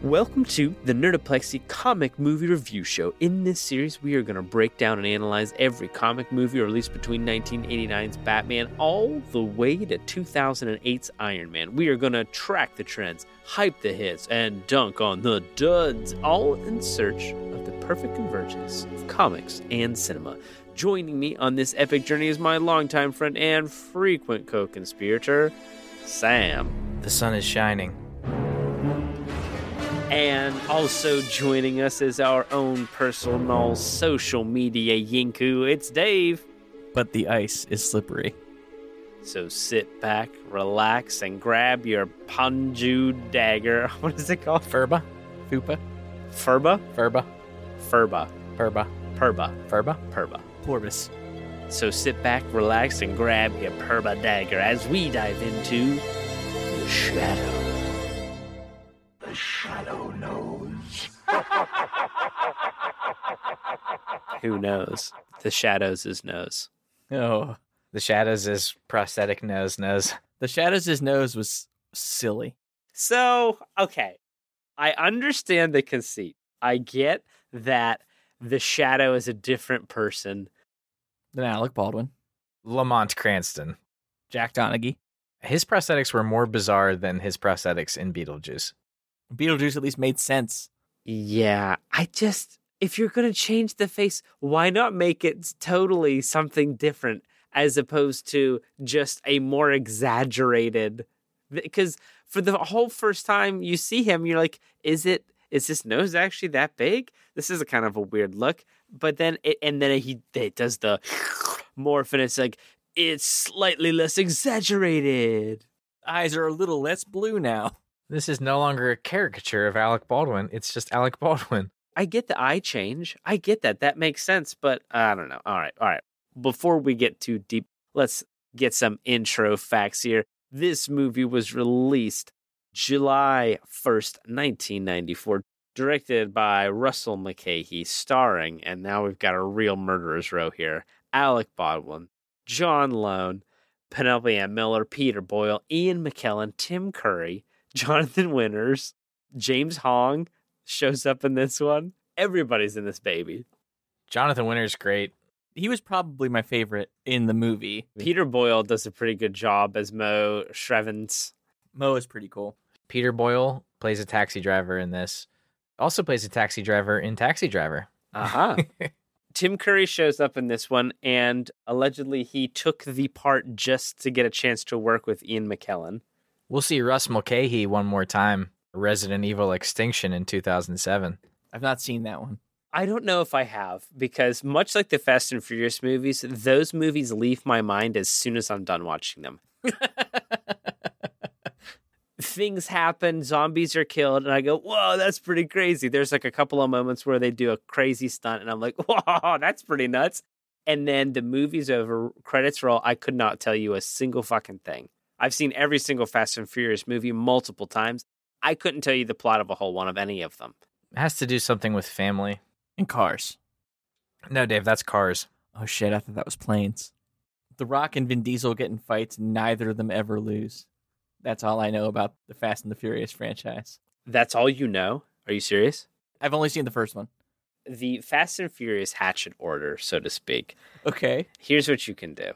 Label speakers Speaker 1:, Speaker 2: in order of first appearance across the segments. Speaker 1: Welcome to the Nerdoplexy Comic Movie Review Show. In this series, we are going to break down and analyze every comic movie released between 1989's Batman all the way to 2008's Iron Man. We are going to track the trends, hype the hits, and dunk on the duds, all in search of the perfect convergence of comics and cinema. Joining me on this epic journey is my longtime friend and frequent co conspirator, Sam.
Speaker 2: The sun is shining.
Speaker 1: And also joining us is our own personal social media yinku. It's Dave.
Speaker 3: But the ice is slippery.
Speaker 1: So sit back, relax, and grab your Panju dagger. What is it called?
Speaker 3: Furba? Fupa?
Speaker 1: Furba?
Speaker 3: Furba?
Speaker 1: Furba.
Speaker 3: Furba?
Speaker 1: Perba.
Speaker 3: Furba?
Speaker 1: Perba.
Speaker 3: Porpoise.
Speaker 1: So sit back, relax, and grab your Perba dagger as we dive into the shadow.
Speaker 4: The Shadow knows.
Speaker 1: Who knows? The shadows is nose.
Speaker 3: Oh.
Speaker 2: The shadows is prosthetic nose nose.
Speaker 3: The Shadows' nose was silly.
Speaker 1: So, okay. I understand the conceit. I get that the shadow is a different person.
Speaker 3: Then Alec Baldwin.
Speaker 2: Lamont Cranston.
Speaker 3: Jack Donaghy.
Speaker 2: His prosthetics were more bizarre than his prosthetics in Beetlejuice.
Speaker 3: Beetlejuice at least made sense.
Speaker 1: Yeah, I just if you're going to change the face, why not make it totally something different as opposed to just a more exaggerated because for the whole first time you see him you're like is it is this nose actually that big? This is a kind of a weird look. But then it and then he it does the morph and it's like it's slightly less exaggerated.
Speaker 3: Eyes are a little less blue now.
Speaker 2: This is no longer a caricature of Alec Baldwin. It's just Alec Baldwin.
Speaker 1: I get the eye change. I get that. That makes sense, but I don't know. All right. All right. Before we get too deep, let's get some intro facts here. This movie was released July 1st, 1994, directed by Russell McKay. starring, and now we've got a real murderer's row here Alec Baldwin, John Lone, Penelope Ann Miller, Peter Boyle, Ian McKellen, Tim Curry, Jonathan Winters, James Hong shows up in this one. Everybody's in this baby.
Speaker 2: Jonathan Winter's great.
Speaker 3: He was probably my favorite in the movie.
Speaker 1: Peter Boyle does a pretty good job as Mo Shrevens.
Speaker 3: Mo is pretty cool.
Speaker 2: Peter Boyle plays a taxi driver in this. Also plays a taxi driver in Taxi Driver.
Speaker 1: Uh-huh. Tim Curry shows up in this one, and allegedly he took the part just to get a chance to work with Ian McKellen.
Speaker 2: We'll see Russ Mulcahy one more time. Resident Evil Extinction in 2007.
Speaker 3: I've not seen that one.
Speaker 1: I don't know if I have, because much like the Fast and Furious movies, those movies leave my mind as soon as I'm done watching them. Things happen, zombies are killed, and I go, Whoa, that's pretty crazy. There's like a couple of moments where they do a crazy stunt, and I'm like, Whoa, that's pretty nuts. And then the movie's over, credits roll. I could not tell you a single fucking thing. I've seen every single Fast and Furious movie multiple times. I couldn't tell you the plot of a whole one of any of them.
Speaker 2: It has to do something with family.
Speaker 3: And Cars.
Speaker 2: No, Dave, that's Cars.
Speaker 3: Oh shit, I thought that was planes. The Rock and Vin Diesel get in fights, and neither of them ever lose. That's all I know about the Fast and the Furious franchise.
Speaker 1: That's all you know? Are you serious?
Speaker 3: I've only seen the first one.
Speaker 1: The Fast and Furious hatchet order, so to speak.
Speaker 3: Okay.
Speaker 1: Here's what you can do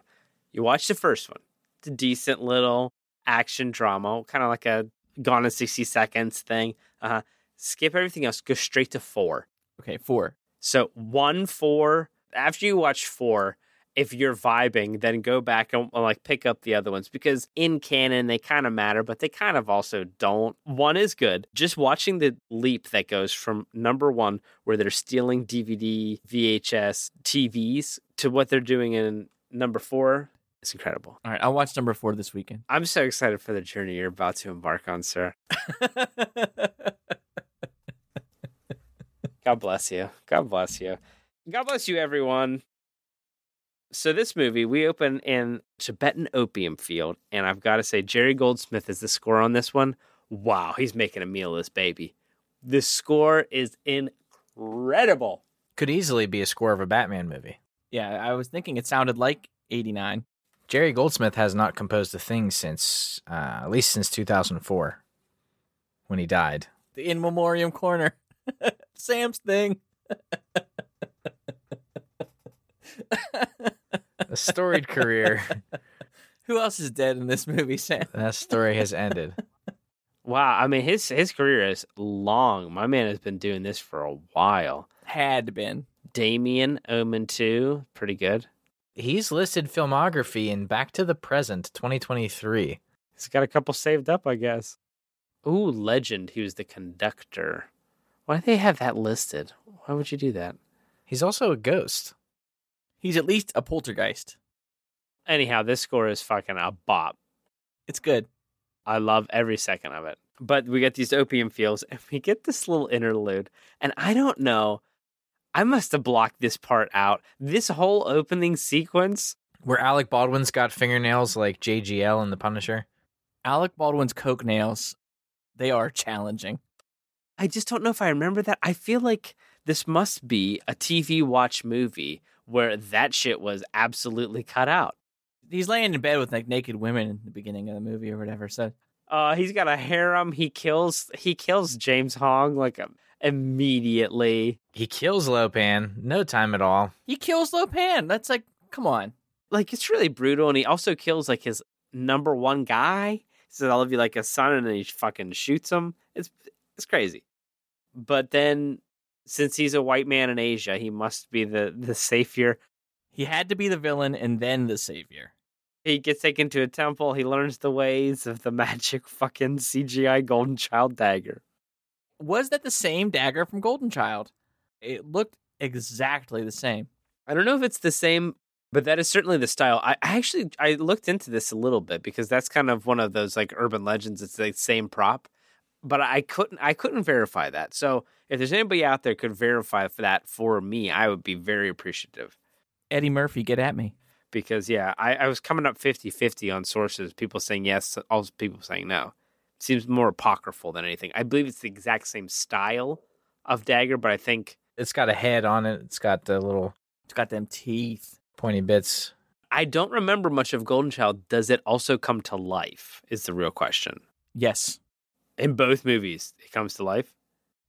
Speaker 1: you watch the first one, it's a decent little action drama, kind of like a Gone in 60 Seconds thing. Uh-huh. Skip everything else, go straight to four.
Speaker 3: Okay, four.
Speaker 1: So one, four. After you watch four, if you're vibing, then go back and, and, like pick up the other ones because in canon they kind of matter, but they kind of also don't. One is good. Just watching the leap that goes from number one, where they're stealing DVD, VHS, TVs, to what they're doing in number four. It's incredible.
Speaker 3: All right, I'll watch number four this weekend.
Speaker 1: I'm so excited for the journey you're about to embark on, sir. God bless you. God bless you. God bless you, everyone. So this movie, we open in Tibetan opium field, and I've got to say, Jerry Goldsmith is the score on this one. Wow, he's making a meal of this baby. This score is incredible.
Speaker 2: Could easily be a score of a Batman movie.
Speaker 3: Yeah, I was thinking it sounded like 89.
Speaker 2: Jerry Goldsmith has not composed a thing since, uh, at least since 2004 when he died.
Speaker 3: the in memoriam corner. Sam's thing.
Speaker 2: A storied career.
Speaker 3: Who else is dead in this movie, Sam?
Speaker 2: That story has ended.
Speaker 1: Wow, I mean his his career is long. My man has been doing this for a while.
Speaker 3: Had been.
Speaker 1: Damien Omen 2, pretty good.
Speaker 2: He's listed filmography in Back to the Present 2023.
Speaker 1: He's got a couple saved up, I guess. Ooh, legend. He was the conductor. Why do they have that listed? Why would you do that?
Speaker 2: He's also a ghost.
Speaker 3: He's at least a poltergeist.
Speaker 1: Anyhow, this score is fucking a bop.
Speaker 3: It's good.
Speaker 1: I love every second of it. But we get these opium fields and we get this little interlude. And I don't know. I must have blocked this part out. This whole opening sequence,
Speaker 2: Where Alec Baldwin's got fingernails like JGL in The Punisher.
Speaker 3: Alec Baldwin's coke nails, they are challenging.
Speaker 1: I just don't know if I remember that. I feel like this must be a TV watch movie where that shit was absolutely cut out.
Speaker 3: He's laying in bed with like naked women in the beginning of the movie or whatever. So
Speaker 1: Uh, he's got a harem. He kills. He kills James Hong like um, immediately.
Speaker 2: He kills Lopan. No time at all.
Speaker 3: he kills Lopan. That's like, come on.
Speaker 1: Like it's really brutal, and he also kills like his number one guy. He says, "I love you like a son," and then he fucking shoots him. It's it's crazy. But then, since he's a white man in Asia, he must be the the savior.
Speaker 3: He had to be the villain and then the savior.
Speaker 1: He gets taken to a temple. He learns the ways of the magic fucking CGI golden child dagger.
Speaker 3: Was that the same dagger from Golden Child? It looked exactly the same.
Speaker 1: I don't know if it's the same, but that is certainly the style. I I actually I looked into this a little bit because that's kind of one of those like urban legends. It's the same prop, but I couldn't I couldn't verify that. So if there's anybody out there could verify for that for me, I would be very appreciative
Speaker 3: Eddie Murphy, get at me.
Speaker 1: because yeah, I, I was coming up 50-50 on sources. People saying yes, all people saying no. Seems more apocryphal than anything. I believe it's the exact same style of dagger, but I think
Speaker 2: It's got a head on it. It's got the little
Speaker 3: It's got them teeth.
Speaker 2: pointy bits.
Speaker 1: I don't remember much of Golden Child. Does it also come to life? Is the real question.
Speaker 3: Yes.
Speaker 1: In both movies, it comes to life.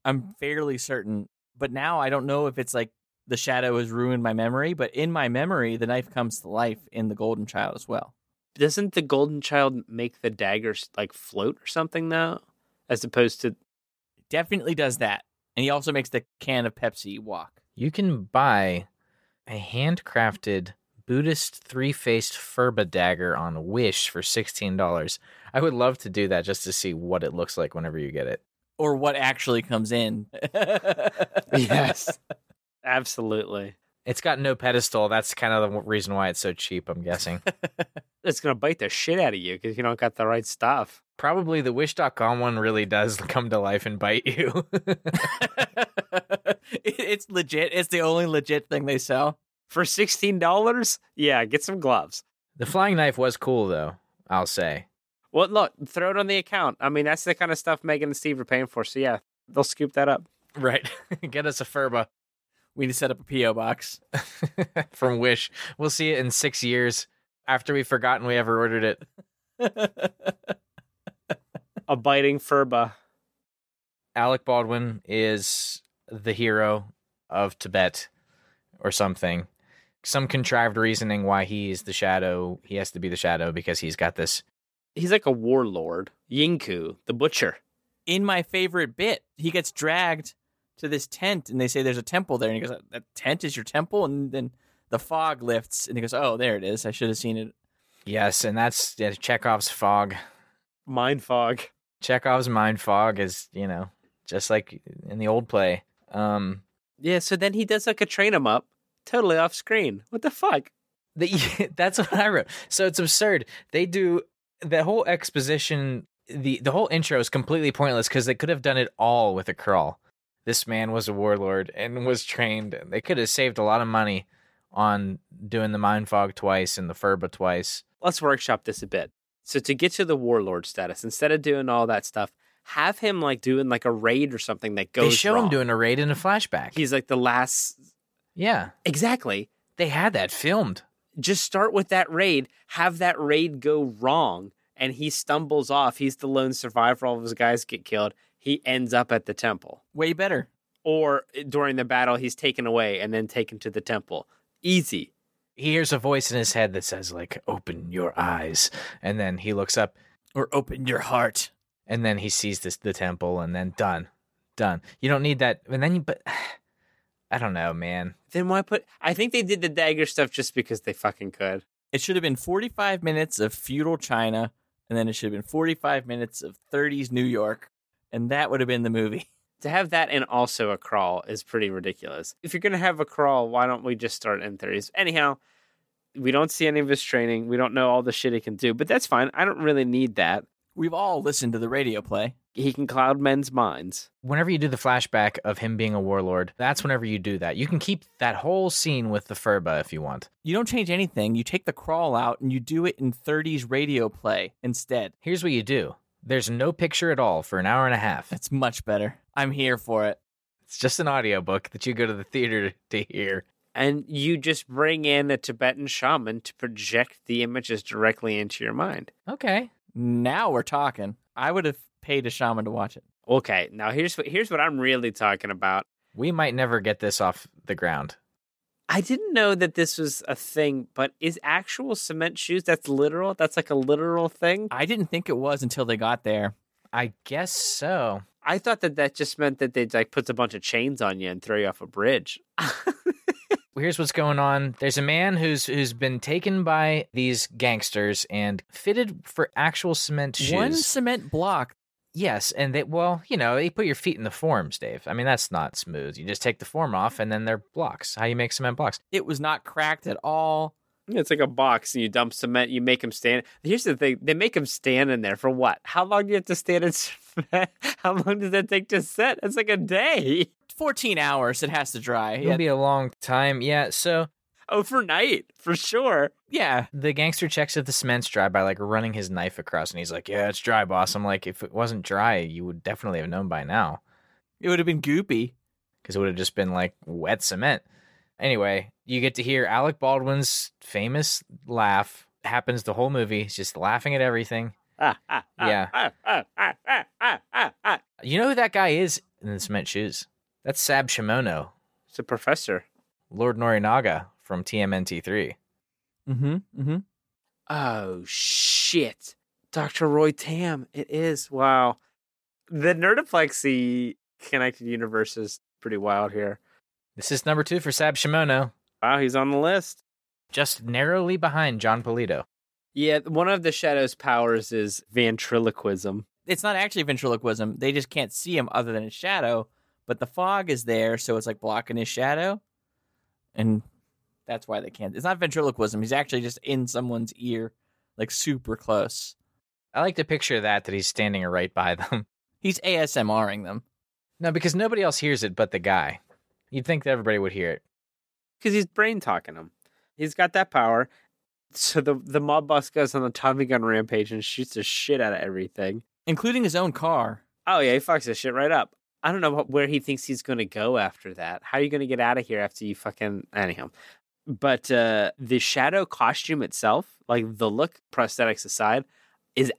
Speaker 3: I'm fairly certain. But now I don't know if it's like the shadow has ruined my memory, but in my memory, the knife comes to life in the Golden Child as well.
Speaker 1: Doesn't the Golden Child make the daggers like float or something though? As opposed to
Speaker 3: Definitely does that. And he also makes the can of Pepsi walk.
Speaker 2: You can buy a handcrafted Buddhist three faced Furba dagger on Wish for $16. I would love to do that just to see what it looks like whenever you get it.
Speaker 3: Or what actually comes in.
Speaker 1: absolutely,
Speaker 2: It's got no pedestal. That's kind of the reason why it's so cheap, I'm guessing.
Speaker 1: it's gonna bite the shit out of you because you don't got the right stuff.
Speaker 2: Probably the Wish.com one really does come to life and bite you.
Speaker 3: It- it's legit. It's the only legit thing they sell.
Speaker 1: For sixteen dollars, yeah, get some gloves.
Speaker 2: the flying knife was cool, though, I'll say.
Speaker 1: Well, look, throw it on the account. I mean, that's the kind of stuff Megan and Steve are paying for. So yeah, they'll scoop that up.
Speaker 2: Right. get us a Furba
Speaker 3: We need to set up a P.O. box.
Speaker 2: from Wish. We'll see it in six years after we've forgotten we ever ordered it.
Speaker 1: A biting furba.
Speaker 2: Alec Baldwin is the hero of Tibet or something. Some contrived reasoning why he is the shadow. He has to be the shadow because he's got this.
Speaker 1: He's like a warlord. Yinku, the butcher.
Speaker 3: in my favorite bit, he gets dragged to this tent and they say there's a temple there. And he goes, That tent is your temple? And then the fog lifts and he goes, Oh, there it is. I should have seen it.
Speaker 2: Yes, and that's yeah, Chekhov's fog.
Speaker 1: Mind fog.
Speaker 2: Chekhov's mind fog is, you know, just like in the old play. Um,
Speaker 1: Yeah, so then he does like a train him up, totally off screen. What the fuck?
Speaker 2: The, that's what I wrote. So it's absurd. They do the whole exposition. the The whole intro is completely pointless because they could have done it all with a crawl. This man was a warlord and was trained. and They could have saved a lot of money on doing the mind fog twice and the furba twice.
Speaker 1: Let's workshop this a bit. So to get to the warlord status, instead of doing all that stuff, have him like doing like a raid or something that goes.
Speaker 2: they show
Speaker 1: wrong.
Speaker 2: him doing a raid in a flashback.
Speaker 1: He's like the last.
Speaker 2: yeah,
Speaker 1: Exactly.
Speaker 2: they had that filmed.
Speaker 1: Just start with that raid. Have that raid go wrong, and he stumbles off. He's the lone survivor. All of his guys get killed. he ends up at the temple.
Speaker 3: Way better.
Speaker 1: Or eh, during the battle, he's taken away and then taken to the temple. Easy.
Speaker 2: He hears a voice in his head that says, like, open your eyes. And then he looks up
Speaker 3: Or open your heart.
Speaker 2: and then he sees this the temple and then done. Done. You don't need that. And then you but I don't know, man.
Speaker 1: Then why put? I think they did the dagger stuff just because they fucking could.
Speaker 3: It should have been 45 minutes of feudal China, and then it should have been 45 minutes of 30s New York, and that would have been the movie.
Speaker 1: To have that and also a crawl is pretty ridiculous. If you're gonna have a crawl, why don't we just start in thirties? Anyhow, we don't see any of his training. We don't know all the shit he can do, but that's fine. I don't really need that.
Speaker 3: We've all listened to the radio play.
Speaker 1: He can cloud men's minds.
Speaker 2: Whenever you do the flashback of him being a warlord, that's whenever you do that. You can keep that whole scene with the Furba if you want.
Speaker 3: You don't change anything. You take the crawl out and you do it in 30s radio play instead.
Speaker 2: Here's what you do. There's no picture at all for an hour and a half.
Speaker 3: That's much better. I'm here for it.
Speaker 2: It's just an audiobook that you go to the theater to hear.
Speaker 1: And you just bring in a Tibetan shaman to project the images directly into your mind.
Speaker 2: Okay.
Speaker 3: Now we're talking. I would have paid a shaman to watch it.
Speaker 1: Okay, now here's what here's what I'm really talking about.
Speaker 2: We might never get this off the ground.
Speaker 1: I didn't know that this was a thing, but is actual cement shoes that's literal? That's like a literal thing?
Speaker 3: I didn't think it was until they got there.
Speaker 2: I guess so.
Speaker 1: I thought that that just meant that they like puts a bunch of chains on you and throw you off a bridge.
Speaker 2: Here's what's going on. There's a man who's who's been taken by these gangsters and fitted for actual cement shoes.
Speaker 3: One cement block.
Speaker 2: Yes, and they well, you know, they put your feet in the forms, Dave. I mean, that's not smooth. You just take the form off and then they're blocks. How you make cement blocks.
Speaker 3: It was not cracked at all.
Speaker 1: it's like a box, and you dump cement. You make them stand. Here's the thing: they make them stand in there for what? How long do you have to stand in cement? How long does that take to set? It's like a day
Speaker 3: 14 hours it has to dry.
Speaker 2: It'll
Speaker 3: Yeah.
Speaker 2: be a long time. Yeah, so
Speaker 1: overnight for sure.
Speaker 3: yeah.
Speaker 2: the gangster checks if the cement's dry by like running his knife across and he's like, "Yeah, it's dry, boss." I'm like, "If it wasn't dry, you would definitely have known by now."
Speaker 3: It would have been goopy.
Speaker 2: because it would have just been like wet cement. Anyway, you get to hear Alec Baldwin's famous laugh happens the whole movie. He's just laughing at everything.
Speaker 1: Ah, ah, ah,
Speaker 2: Yeah.
Speaker 1: Ah, ah, ah, ah, ah, ah, ah.
Speaker 2: You know who that guy is in the cement shoes? That's Sab Shimono,
Speaker 1: It's a professor.
Speaker 2: Lord Norinaga from TMNT3.
Speaker 3: Mm-hmm. Mm-hmm.
Speaker 1: Oh shit. Dr. Roy Tam, it is. Wow. The Nerdoplexy connected universe is pretty wild here.
Speaker 2: This is number two for Sab Shimono,
Speaker 1: Wow, he's on the list.
Speaker 2: just narrowly behind John Polito.
Speaker 1: Yeah, one of the Shadow's powers is ventriloquism.
Speaker 3: It's not actually ventriloquism. They just can't see him other than his shadow, but the fog is there, so it's like blocking his shadow. And that's why they can't. It's not ventriloquism. He's actually just in someone's ear, like super close.
Speaker 2: I like to picture that, that he's standing right by them.
Speaker 3: He's ASMRing them.
Speaker 2: No, because nobody else hears it but the guy. You'd think that everybody would hear it.
Speaker 1: Because he's brain talking him. He's got that power. So the, the mob boss goes on the Tommy gun rampage and shoots the shit out of everything.
Speaker 3: including his own car.
Speaker 1: Oh yeah, he fucks this shit right up. I don't know what, where he thinks he's going to go after that. How are you going to get out of here after you fucking anyhow? But uh, the shadow costume itself, like the look, prosthetics aside, is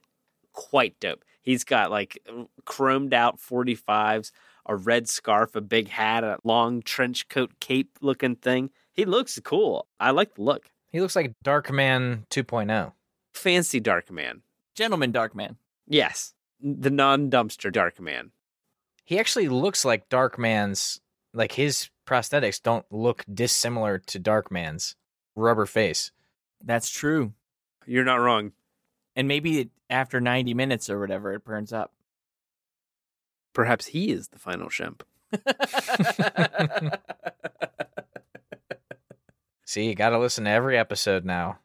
Speaker 1: quite dope. He's got like chromed out 45s, a red scarf, a big hat, a long trench coat cape looking thing. He looks cool. I like the look.
Speaker 2: He looks like Darkman oh. 2.0.
Speaker 1: Fancy Dark Man.
Speaker 3: Gentleman Darkman.
Speaker 1: Yes, the non dumpster Dark Man.
Speaker 2: He actually looks like Darkman's, like his prosthetics don't look dissimilar to Darkman's rubber face.
Speaker 3: That's true.
Speaker 1: You're not wrong.
Speaker 3: And maybe it, after 90 minutes or whatever, it burns up.
Speaker 1: Perhaps he is the final shemp.
Speaker 2: See, you got to listen to every episode now.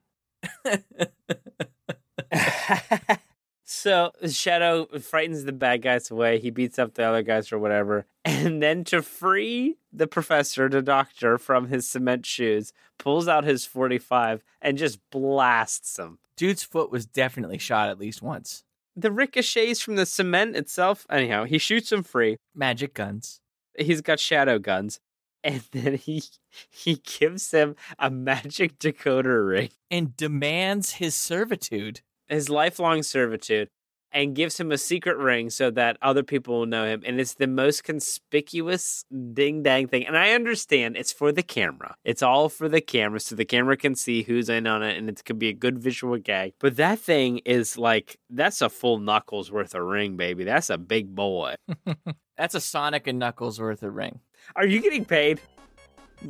Speaker 1: so Shadow frightens the bad guys away. He beats up the other guys or whatever. And then to free the professor, the doctor, from his cement shoes, pulls out his 45 and just blasts him.
Speaker 3: Dude's foot was definitely shot at least once.
Speaker 1: The ricochets from the cement itself. Anyhow, he shoots him free.
Speaker 3: Magic guns.
Speaker 1: He's got shadow guns. And then he he gives him a magic decoder ring.
Speaker 3: And demands his servitude.
Speaker 1: his lifelong servitude. and gives him a secret ring so that other people will know him. And it's the most conspicuous ding dang thing. And I understand it's for the camera. It's all for the camera so the camera can see who's in on it and it could be a good visual gag. But that thing is like, that's a full knuckles worth of ring, baby. That's a big boy.
Speaker 3: That's a Sonic and Knuckles worth of ring.
Speaker 1: Are you getting paid?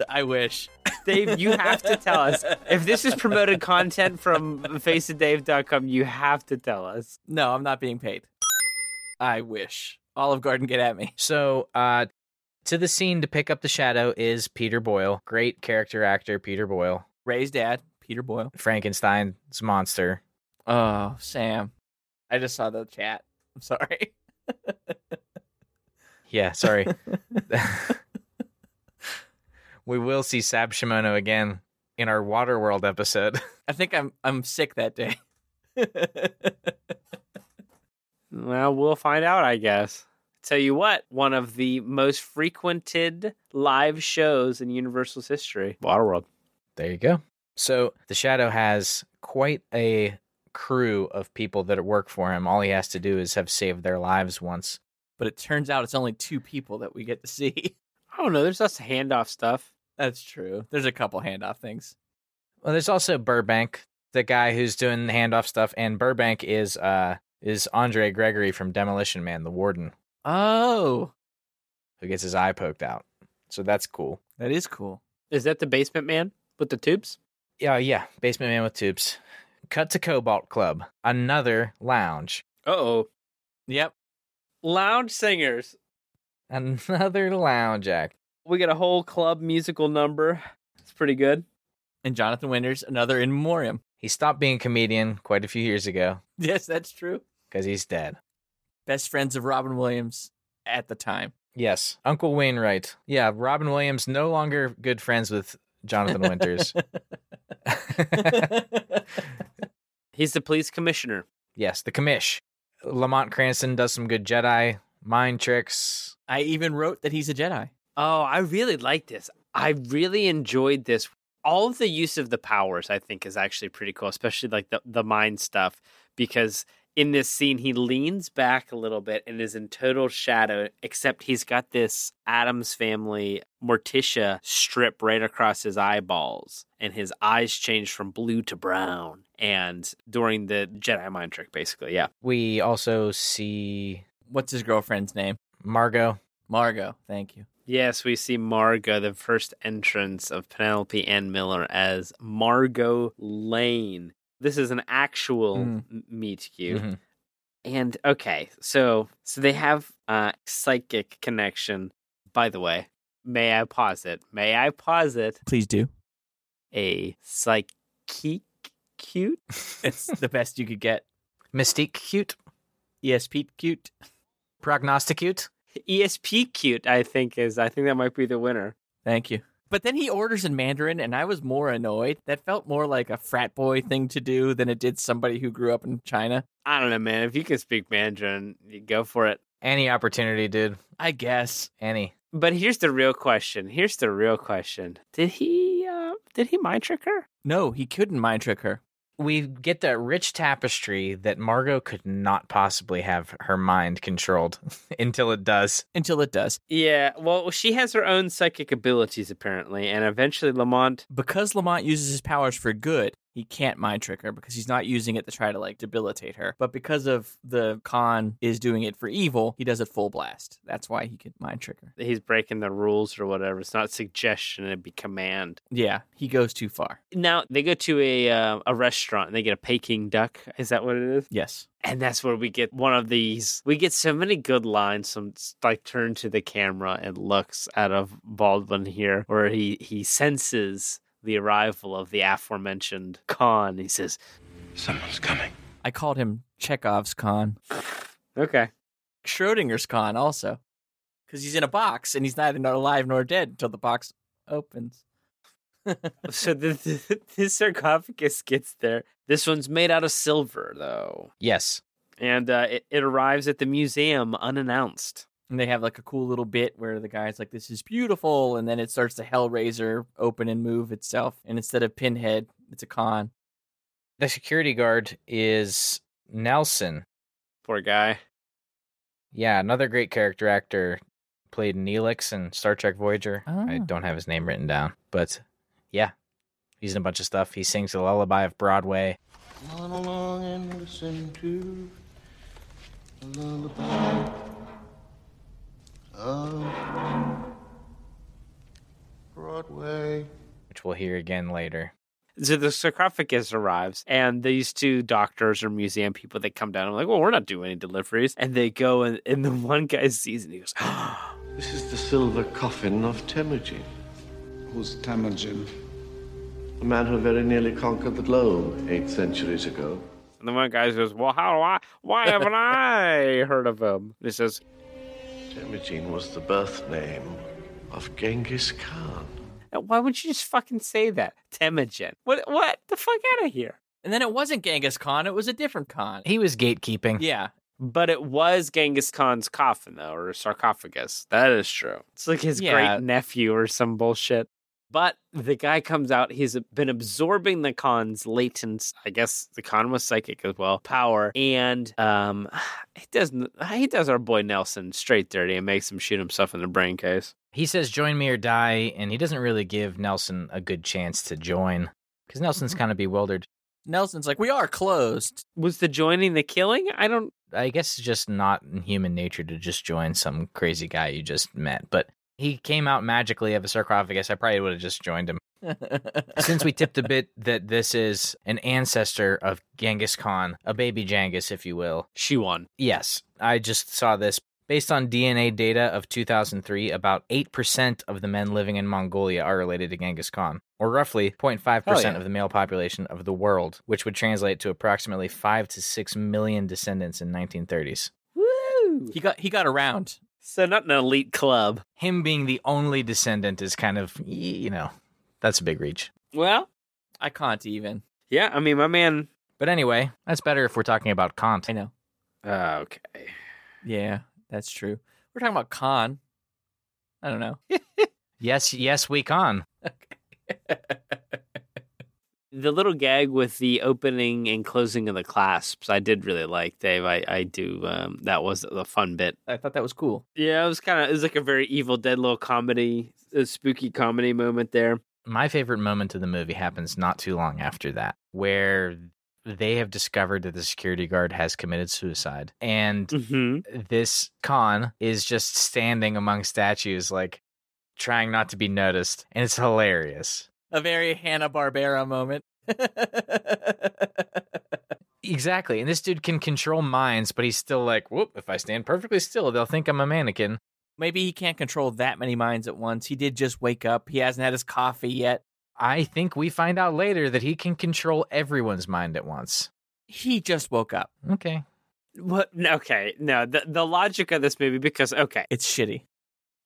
Speaker 3: I wish.
Speaker 1: Dave, you have to tell us. If this is promoted content from faceofdave.com, you have to tell us.
Speaker 3: No, I'm not being paid. I wish. Olive Garden, get at me.
Speaker 2: So, uh, to the scene to pick up the shadow is Peter Boyle, great character actor Peter Boyle,
Speaker 3: Ray's dad, Peter Boyle.
Speaker 2: Frankenstein's monster.
Speaker 3: Oh, Sam. I just saw the chat. I'm sorry.
Speaker 2: Yeah, sorry. we will see Sab Shimono again in our Waterworld episode.
Speaker 3: I think I'm I'm sick that day.
Speaker 1: Well, we'll find out, I guess. Tell you what, one of the most frequented live shows in Universal's history Waterworld.
Speaker 2: There you go. So the Shadow has quite a crew of people that work for him. All he has to do is have saved their lives once.
Speaker 3: but it turns out it's only two people that we get to see.
Speaker 1: I don't know. There's us handoff stuff.
Speaker 3: That's true. There's a couple handoff things.
Speaker 2: Well, there's also Burbank, the guy who's doing the handoff stuff, and Burbank is uh is Andre Gregory from Demolition Man, the warden,
Speaker 3: Oh,
Speaker 2: who gets his eye poked out. So that's cool.
Speaker 3: that is cool.
Speaker 1: Is that the basement man with the tubes?
Speaker 2: Yeah, yeah. Basement Man with tubes. Cut to Cobalt Club, another lounge,
Speaker 1: Uh oh.
Speaker 3: Yep.
Speaker 1: Lounge singers.
Speaker 2: another lounge act.
Speaker 1: We got a whole club musical number. It's pretty good.
Speaker 3: And Jonathan Winters, another in memoriam.
Speaker 2: He stopped being a comedian quite a few years ago
Speaker 3: Yes, that's true.
Speaker 2: because he's dead.
Speaker 3: Best friends of Robin Williams at the time.
Speaker 2: Yes, Uncle Wainwright. Yeah, Robin Williams no longer good friends with Jonathan Winters.
Speaker 1: He's the police commissioner.
Speaker 2: Yes, the commish. Lamont Cranston does some good Jedi mind tricks.
Speaker 3: I even wrote that he's a Jedi.
Speaker 1: Oh, I really like this. I really enjoyed this. All of the use of the powers, I think, is actually pretty cool, especially like the, the mind stuff, because in this scene, he leans back a little bit and is in total shadow, except he's got this Adams family Morticia strip right across his eyeballs, and his eyes change from blue to brown. And during the Jedi mind trick, basically, yeah.
Speaker 2: We also see
Speaker 3: What's his girlfriend's name?
Speaker 2: Margot.
Speaker 3: Margot. Thank you.
Speaker 1: Yes, we see Margot, the first entrance of Penelope Ann Miller as Margot Lane. This is an actual
Speaker 3: Mm.
Speaker 1: m- meet cute.
Speaker 2: Mhm.
Speaker 1: And okay, so so they have uh psychic connection. By the way, may I posit? May I posit
Speaker 3: Please do.
Speaker 1: a psychic cute?
Speaker 2: Mm-hmm.
Speaker 3: It's the best you could get.
Speaker 2: Mystique cute,
Speaker 3: Yes, Pete, cute.
Speaker 2: prognosticute.
Speaker 1: ESP E cute, I think is I think that might be the winner.
Speaker 3: Thank you. But then he orders in Mandarin, and I was more annoyed. That felt more like a frat boy thing to do than it did somebody who grew up in China.
Speaker 1: I don't know, man. If you can speak Mandarin, you go for it.
Speaker 2: Any opportunity, dude.
Speaker 3: I guess.
Speaker 2: Any.
Speaker 1: But here's the real question. Here's the real question. Did he uh did he mind trick her?
Speaker 3: No, he couldn't mind trick her.
Speaker 2: We get that rich tapestry that Margot could not possibly have her mind controlled until it does.
Speaker 3: Until it does.
Speaker 1: Yeah, well she has her own psychic abilities apparently, and eventually Lamont
Speaker 3: Because Lamont uses his powers for good, he can't mind trick her because he's not using it to try to like debilitate her. But because of the con is doing it for evil, he does it full blast. That's why he could mind trick her.
Speaker 1: he's breaking the rules or whatever. It's not suggestion, it'd be command.
Speaker 3: Yeah, he goes too far.
Speaker 1: Now they go to a uh, a restaurant and they get a Peking duck. Is that what it is?
Speaker 3: Yes.
Speaker 1: And that's where we get one of these. We get so many good lines. Some like turn to the camera and looks out of Baldwin here, where he he senses the arrival of the aforementioned Khan. He says,
Speaker 4: Someone's coming.
Speaker 3: I called him Chekhov's con,
Speaker 1: "Okay,
Speaker 3: Schrodinger's con also. Because he's in a box and he's neither not alive nor dead until the box opens.
Speaker 1: so the, the, this sarcophagus gets there. This one's made out of silver, though,
Speaker 2: Yes.
Speaker 1: and uh, it, it arrives at the museum unannounced."
Speaker 3: And they have like a cool little bit where the guy's like, "This is beautiful," and then it starts to Hellraiser open and move itself. And instead of Pinhead, it's a con.
Speaker 2: The security guard is Nelson.
Speaker 1: Poor guy.
Speaker 2: Yeah, another great character actor played Neelix in Star Trek Voyager. I
Speaker 3: Oh.
Speaker 2: don't have his name written down, but yeah, he's in a bunch of stuff. He sings the lullaby of Broadway.
Speaker 5: Come along and listen to the lullaby of Broadway.
Speaker 2: which we'll hear again later.
Speaker 1: So the sarcophagus arrives, and these two doctors or museum people they come down. I'm like, well, we're not doing any deliveries, and they go and, and the one guy sees it and he goes,
Speaker 5: This is the silver coffin of Temujin,
Speaker 6: Who's Temujin?
Speaker 5: a man who very nearly conquered the globe eight centuries ago.
Speaker 1: and the one guy says, well, how do I? Why haven't I heard of him? And he says,
Speaker 5: Temujin was the birth name of Genghis Khan.
Speaker 1: "Now, why wouldn't you just fucking say that, Temujin? What? What the fuck out of here?
Speaker 3: And then it wasn't Genghis Khan, it was a different Khan.
Speaker 2: He was gatekeeping.
Speaker 3: Yeah.
Speaker 1: But it was Genghis Khan's coffin, though, or sarcophagus. That is true. It's like his
Speaker 3: Yeah.
Speaker 1: great nephew or some bullshit. But the guy comes out, he's been absorbing the Khan's latent, I guess the Khan was psychic as well, power. And um, he doesn't, he does our boy Nelson straight dirty and makes him shoot himself in the brain case.
Speaker 2: He says, join me or die, and he doesn't really give Nelson a good chance to join because Nelson's kind of bewildered.
Speaker 3: Nelson's like, we are closed.
Speaker 1: Was the joining the killing? I don't,
Speaker 2: I guess it's just not in human nature to just join some crazy guy you just met, but he came out magically of a sarcophagus. I probably would have just joined him. Since we tipped a bit that this is an ancestor of Genghis Khan, a baby Janghis, if you will,
Speaker 1: she won.
Speaker 2: Yes, I just saw this. Based on DNA data of 2003, about 8% of the men living in Mongolia are related to Genghis Khan, or roughly 0.5%
Speaker 3: Hell yeah.
Speaker 2: of the male population of the world, which would translate to approximately 5 to 6 million descendants in 1930s.
Speaker 1: Woo!
Speaker 3: he got he got around.
Speaker 1: So, not an elite club.
Speaker 2: Him being the only descendant is kind of, y- you know, that's a big reach.
Speaker 1: Well,
Speaker 3: I can't even.
Speaker 1: yeah, I mean, my man.
Speaker 2: But anyway, that's better if we're talking about Kant.
Speaker 3: I know.
Speaker 1: Okay.
Speaker 3: Yeah, that's true. We're talking about Khan. I don't know.
Speaker 2: Yes, yes, we Khan.
Speaker 1: The little gag with the opening and closing of the clasps, I did really like, Dave. I, I do. Um, that was a fun bit.
Speaker 3: I thought that was cool.
Speaker 1: Yeah, it was kind of, it was like a very Evil Dead little comedy, a spooky comedy moment there.
Speaker 2: my favorite moment of the movie happens not too long after that, where they have discovered that the security guard has committed suicide. And
Speaker 1: Mm-hmm.
Speaker 2: this Khan is just standing among statues, like trying not to be noticed. And it's hilarious.
Speaker 3: A very Hanna Barbera moment.
Speaker 2: Exactly. And this dude can control minds, but he's still like, whoop, if I stand perfectly still, they'll think I'm a mannequin.
Speaker 3: Maybe he can't control that many minds at once. He did just wake up. He hasn't had his coffee yet.
Speaker 2: I think we find out later that he can control everyone's mind at once.
Speaker 3: He just woke up.
Speaker 2: Okay.
Speaker 1: What? Okay. No, the, the logic of this movie, because, okay,
Speaker 3: It's shitty.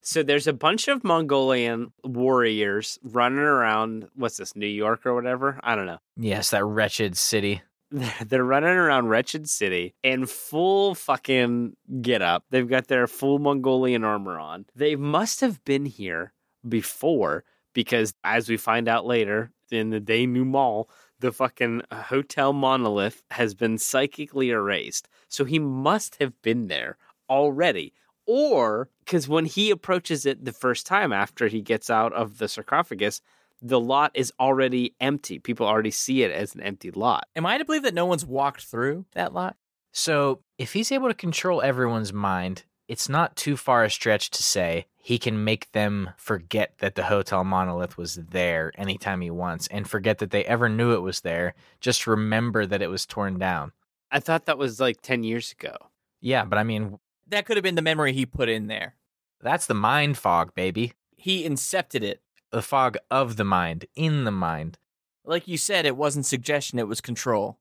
Speaker 1: so there's a bunch of Mongolian warriors running around, what's this, New York or whatever? I don't know.
Speaker 2: Yes, that wretched city.
Speaker 1: they're running around wretched city in full fucking get up they've got their full mongolian armor on they must have been here before because as we find out later in the denouement the fucking hotel monolith has been psychically erased so he must have been there already or because when he approaches it the first time after he gets out of the sarcophagus the lot is already empty people already see it as an empty lot
Speaker 3: Am I to believe that no one's walked through that lot?
Speaker 2: So, if he's able to control everyone's mind, it's not too far a stretch to say he can make them forget that the hotel monolith was there anytime he wants and forget that they ever knew it was there. Just remember that it was torn down.
Speaker 1: I thought that was like 10 years ago.
Speaker 2: Yeah, but I mean,
Speaker 3: That could have been the memory he put in there.
Speaker 2: that's the mind fog, baby.
Speaker 3: He incepted it.
Speaker 2: The fog of the mind, in the mind.
Speaker 3: Like you said, it wasn't suggestion, it was control.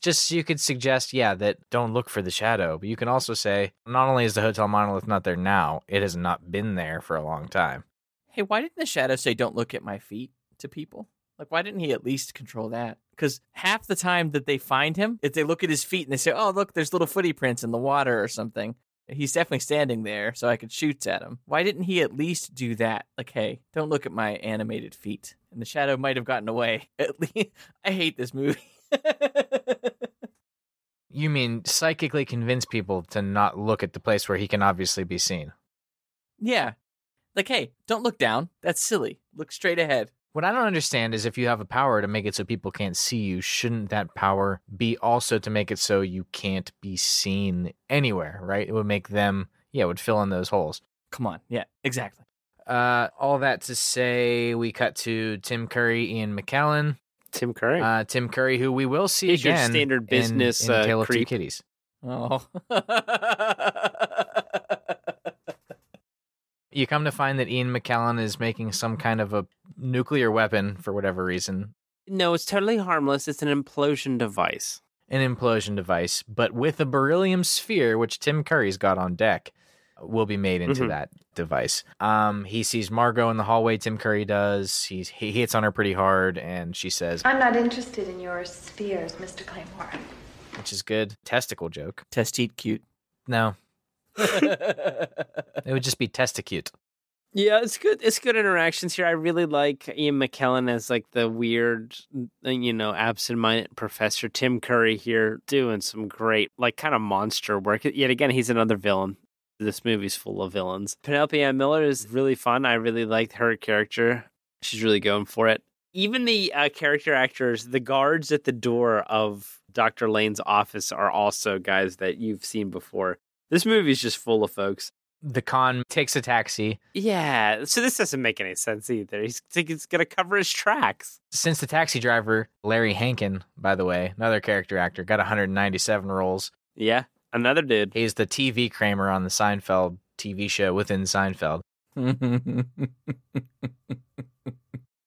Speaker 2: Just so you could suggest, yeah, that don't look for the shadow, but you can also say, not only is the hotel monolith not there now, it has not been there for a long time.
Speaker 3: Hey, why didn't the shadow say, don't look at my feet to people? Like, why didn't he at least control that? Because half the time that they find him, if they look at his feet and they say, oh, look, there's little footy prints in the water or something, he's definitely standing there so I could shoot at him. Why didn't he at least do that? Like, hey, don't look at my animated feet. And the shadow might have gotten away. At least, I hate this movie.
Speaker 2: You mean psychically convince people to not look at the place where he can obviously be seen?
Speaker 3: Yeah. Like, hey, don't look down. That's silly. Look straight ahead.
Speaker 2: What I don't understand is if you have a power to make it so people can't see you, shouldn't that power be also to make it so you can't be seen anywhere, right? It would make them, yeah, it would fill in those holes.
Speaker 3: Come on. Yeah, exactly.
Speaker 2: Uh, all that to say, we cut to Tim Curry, Ian McKellen.
Speaker 1: Tim Curry.
Speaker 2: Uh, Tim Curry, who we will see
Speaker 1: He's your
Speaker 2: again
Speaker 1: standard
Speaker 2: in-
Speaker 1: business,
Speaker 2: in,
Speaker 1: uh,
Speaker 2: Tale of Two
Speaker 1: creep.
Speaker 2: Kitties.
Speaker 3: Oh.
Speaker 2: You come to find that Ian McKellen is making some kind of a nuclear weapon for whatever reason,
Speaker 1: no, it's totally harmless. It's an implosion device.
Speaker 2: an implosion device, but with a beryllium sphere, which Tim Curry's got on deck, will be made into
Speaker 1: Mhm.
Speaker 2: that device. Um, he sees Margot in the hallway. Tim Curry does. He's, he hits on her pretty hard, and she says,
Speaker 7: I'm not interested in your spheres, Mr. Claymore.
Speaker 2: which is good, testicle joke.
Speaker 3: Testite cute.
Speaker 2: No, it would just be testicute.
Speaker 1: Yeah, it's good. It's good interactions here. I really like Ian McKellen as like the weird, uh, you know, absent-minded professor. Tim Curry here doing some great, like, kind of monster work. Yet again, he's another villain. This movie's full of villains. Penelope Ann Miller is really fun. I really liked her character. She's really going for it. Even the uh, character actors, the guards at the door of Dr. Lane's office are also guys that you've seen before. This movie's just full of folks.
Speaker 2: The con takes a taxi.
Speaker 1: Yeah, so this doesn't make any sense either. He's he's gonna cover his tracks.
Speaker 2: Since the taxi driver, Larry Hankin, by the way, another character actor, got 197 roles.
Speaker 1: Yeah, another dude.
Speaker 2: He's the TV Kramer on the Seinfeld TV show within Seinfeld.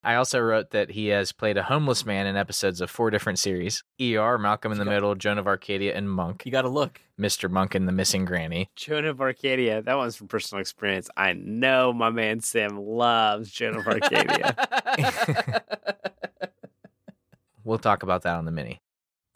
Speaker 2: I also wrote that he has played a homeless man in episodes of four different series ER, Malcolm in the
Speaker 3: Let's go.
Speaker 2: Middle, Joan of Arcadia, and Monk.
Speaker 3: you got to look.
Speaker 2: Mr. Monk and the Missing Granny.
Speaker 1: Joan of Arcadia. That one's from personal experience. I know my man Sam loves Joan of Arcadia.
Speaker 2: We'll talk about that on the mini.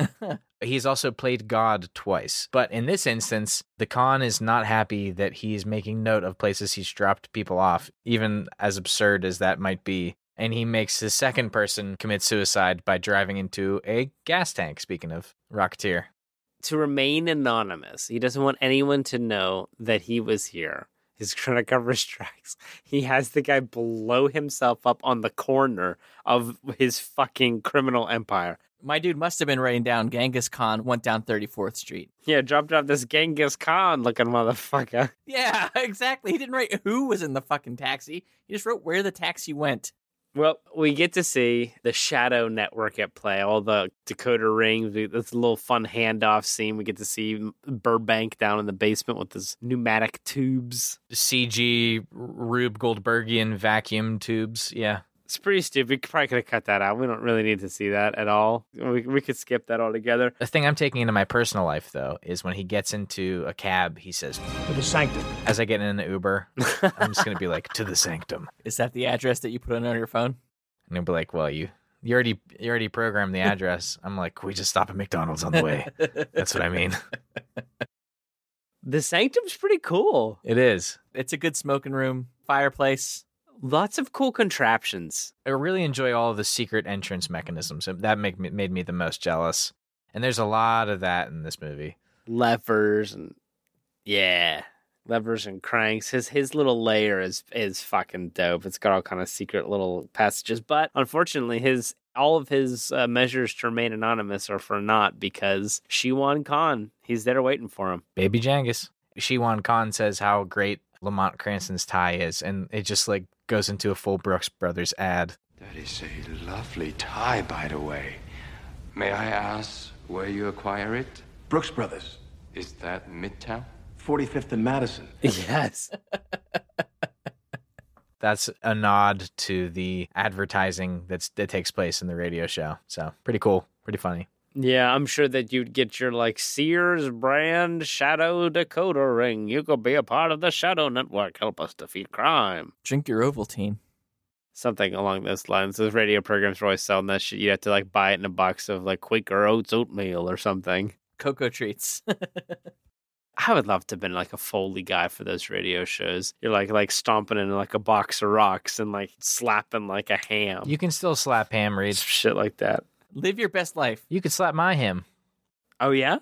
Speaker 2: he's also played God twice. But in this instance, the con is not happy that he's making note of places he's dropped people off, even as absurd as that might be. And he makes his second person commit suicide by driving into a gas tank. Speaking of Rocketeer.
Speaker 1: to remain anonymous, he doesn't want anyone to know that he was here. He's trying to cover his tracks. He has the guy blow himself up on the corner of his fucking criminal empire.
Speaker 3: My dude must have been writing down Genghis Khan went down 34th Street.
Speaker 1: Yeah, dropped off this Genghis Khan looking motherfucker.
Speaker 3: Yeah, exactly. He didn't write who was in the fucking taxi. He just wrote where the taxi went.
Speaker 1: Well, we get to see the Shadow Network at play, all the Dakota rings, we- this little fun handoff scene. We get to see Burbank down in the basement with his pneumatic tubes.
Speaker 2: CG Rube Goldbergian vacuum tubes. Yeah.
Speaker 1: It's pretty stupid. We probably could have cut that out. We don't really need to see that at all. We, we could skip that altogether.
Speaker 2: The thing I'm taking into my personal life, though, is when he gets into a cab, he says,
Speaker 4: To the sanctum.
Speaker 2: as I get in an Uber, I'm just going to be like, to the sanctum.
Speaker 3: Is that the address that you put on your phone?
Speaker 2: And he'll be like, well, you, you already you already programmed the address. I'm like, we just stop at McDonald's on the way. That's what I mean.
Speaker 1: The Sanctum's pretty cool.
Speaker 2: It is.
Speaker 3: It's a good smoking room, fireplace.
Speaker 1: Lots of cool contraptions.
Speaker 2: I really enjoy all of the secret entrance mechanisms. That make me, made me the most jealous. And there's a lot of that in this movie.
Speaker 1: levers and yeah, levers and cranks. His his little layer is is fucking dope. It's got all kind of secret little passages, but unfortunately, his all of his uh, measures to remain anonymous are for naught because Shiwan Khan he's there waiting for him.
Speaker 2: Baby Jangus. Shiwan Khan says how great Lamont Cranston's tie is, and it just like goes into a full Brooks Brothers ad.
Speaker 4: That is a lovely tie, by the way. May I ask where you acquire it?
Speaker 8: Brooks Brothers,
Speaker 4: Is that Midtown?
Speaker 8: 45th and Madison.
Speaker 1: Yes,
Speaker 2: That's a nod to the advertising that's that takes place in the radio show. So pretty cool, pretty funny.
Speaker 1: yeah, I'm sure that you'd get your like Sears brand Shadow Dakota ring. You could be a part of the Shadow Network. Help us defeat crime.
Speaker 3: Drink your Ovaltine.
Speaker 1: something along those lines. Those radio programs were always selling that shit. You have to like buy it in a box of like Quaker Oats oatmeal or something.
Speaker 3: Cocoa treats.
Speaker 1: I would love to have been like a Foley guy for those radio shows. You're like like stomping in like a box of rocks and like slapping like a ham,
Speaker 2: You can still slap ham, Reed.
Speaker 1: shit like that.
Speaker 3: Live your best life.
Speaker 2: You could slap my ham.
Speaker 1: Oh yeah,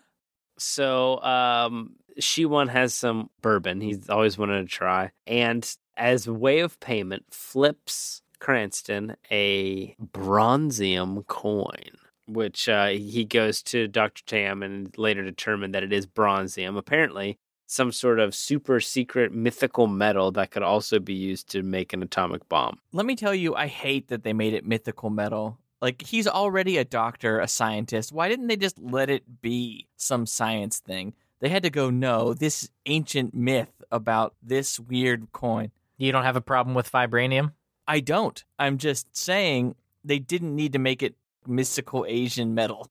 Speaker 1: So um, Shiwan has some bourbon he's always wanted to try. And as a way of payment, flips Cranston a bronzium coin, which uh, he goes to Dr. Tam and later determined that it is bronzium, apparently some sort of super secret mythical metal that could also be used to make an atomic bomb.
Speaker 3: Let me tell you, I hate that they made it mythical metal. Like he's already a doctor, a scientist. Why didn't they just let it be some science thing? They had to go, no, this ancient myth about this weird coin.
Speaker 2: You don't have a problem with vibranium?
Speaker 3: I don't. I'm just saying they didn't need to make it mystical Asian metal.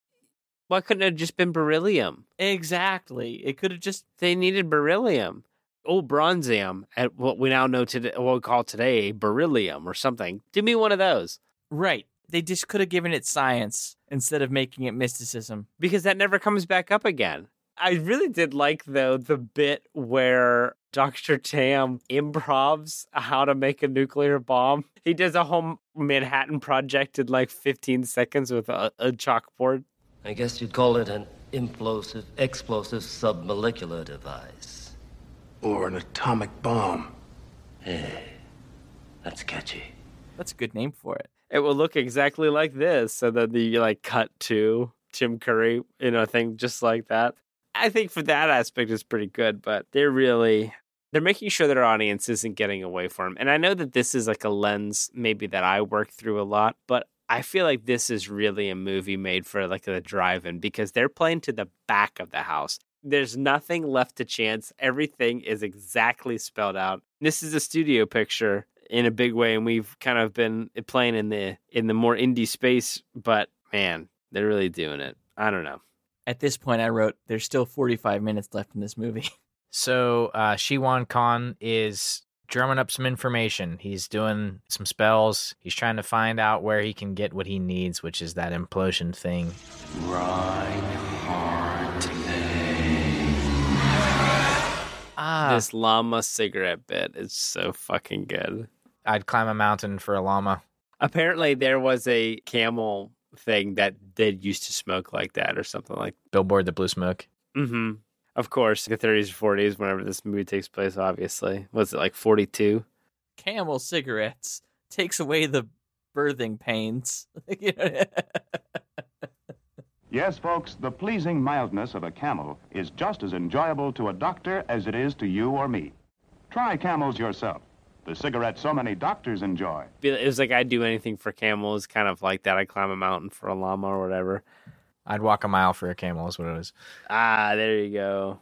Speaker 1: Why couldn't it have just been beryllium?
Speaker 3: Exactly. It could have just
Speaker 1: They needed beryllium. Oh, bronzium, at what we now know today, what we call today beryllium or something. Do me one of those
Speaker 3: right. They just could have given it science instead of making it mysticism.
Speaker 1: because that never comes back up again. I really did like, though, the bit where Dr. Tam improvs how to make a nuclear bomb. He does a whole Manhattan project in like 15 seconds with a, a chalkboard.
Speaker 9: I guess you'd call it an implosive, explosive submolecular device.
Speaker 8: Or an atomic bomb.
Speaker 9: That's catchy.
Speaker 3: That's a good name for it.
Speaker 1: it will look exactly like this. So then you like cut to Tim Curry in a thing just like that. I think for that aspect it's pretty good, but they're really they're making sure their audience isn't getting away from. 'em. And I know that this is like a lens maybe that I work through a lot, but I feel like this is really a movie made for like the drive-in because they're playing to the back of the house. There's nothing left to chance. Everything is exactly spelled out. This is a studio picture in a big way, and we've kind of been eh, playing in the in the more indie space. But man, they're really doing it. I don't know.
Speaker 3: At this point, I wrote, there's still 45 minutes left in this movie.
Speaker 2: So uh Shiwan Khan is drumming up some information. He's doing some spells. He's trying to find out where he can get what he needs, which is that implosion thing. Ah,
Speaker 1: This llama cigarette bit is so fucking good.
Speaker 2: I'd climb a mountain for a llama.
Speaker 1: Apparently, there was a camel thing that they used to smoke like that, or something like.
Speaker 2: Billboard the blue smoke.
Speaker 1: Mm-hmm. Of course, the 30s and 40s, whenever this movie takes place. Obviously, was it like 42?
Speaker 3: Camel cigarettes takes away the birthing pains. You know?
Speaker 10: Yes, folks, the pleasing mildness of a camel is just as enjoyable to a doctor as it is to you or me. Try camels yourself, the cigarette so many doctors enjoy.
Speaker 1: Be- It was like I'd do anything for camels, kind of like that. I climb a mountain for a llama or whatever.
Speaker 2: I'd walk a mile for a camel is what it is.
Speaker 1: Ah, there you go.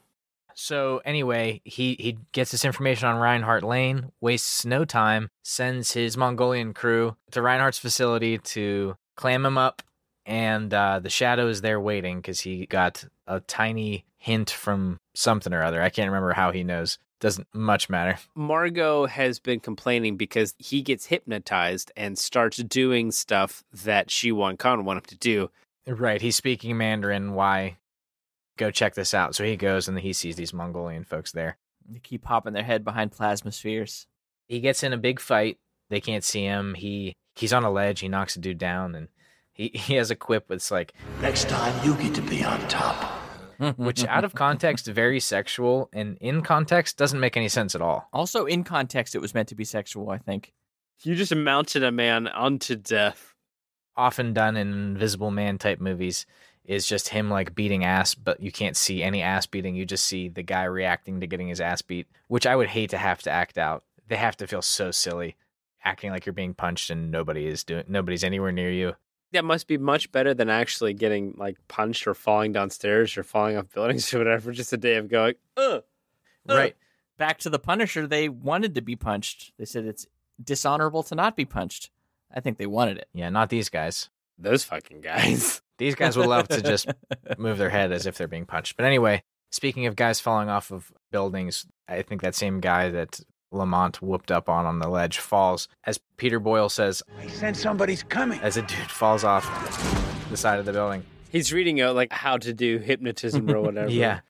Speaker 2: So anyway, he he gets this information on Reinhardt Lane, wastes no time, sends his Mongolian crew to Reinhardt's facility to clam him up, and uh, the shadow is there waiting because he got a tiny hint from something or other. I can't remember how he knows. Doesn't much matter.
Speaker 1: Margot has been complaining because he gets hypnotized and starts doing stuff that Shi Wan Khan want him to do.
Speaker 2: Right, he's speaking Mandarin. Why? Go check this out. So he goes and he sees these Mongolian folks there.
Speaker 3: they keep popping their head behind plasma spheres.
Speaker 2: he gets in a big fight. They can't see him. He he's on a ledge. He knocks a dude down, and he he has a quip that's like,
Speaker 9: Next time, you get to be on top.
Speaker 2: which out of context, very sexual, and in context doesn't make any sense at all.
Speaker 3: Also, in context, it was meant to be sexual, I think.
Speaker 1: You just mounted a man unto death.
Speaker 2: Often done in Invisible Man type movies is just him like beating ass, but you can't see any ass beating. You just see the guy reacting to getting his ass beat, which I would hate to have to act out. They have to feel so silly, acting like you're being punched and nobody is doing nobody's anywhere near you.
Speaker 1: That must be much better than actually getting like punched or falling downstairs or falling off buildings or whatever. Just a day of going, ugh. Ugh.
Speaker 2: Right.
Speaker 3: Back to the Punisher, they wanted to be punched. They said it's dishonorable to not be punched. I think they wanted it.
Speaker 2: Yeah, not these guys.
Speaker 1: Those fucking guys.
Speaker 2: These guys would love to just move their head as if they're being punched. But anyway, speaking of guys falling off of buildings, I think that same guy that Lamont whooped up on on the ledge falls, as Peter Boyle says,
Speaker 8: I sense somebody's coming.
Speaker 2: as a dude falls off the side of the building.
Speaker 1: He's reading out like how to do hypnotism or whatever.
Speaker 2: Yeah.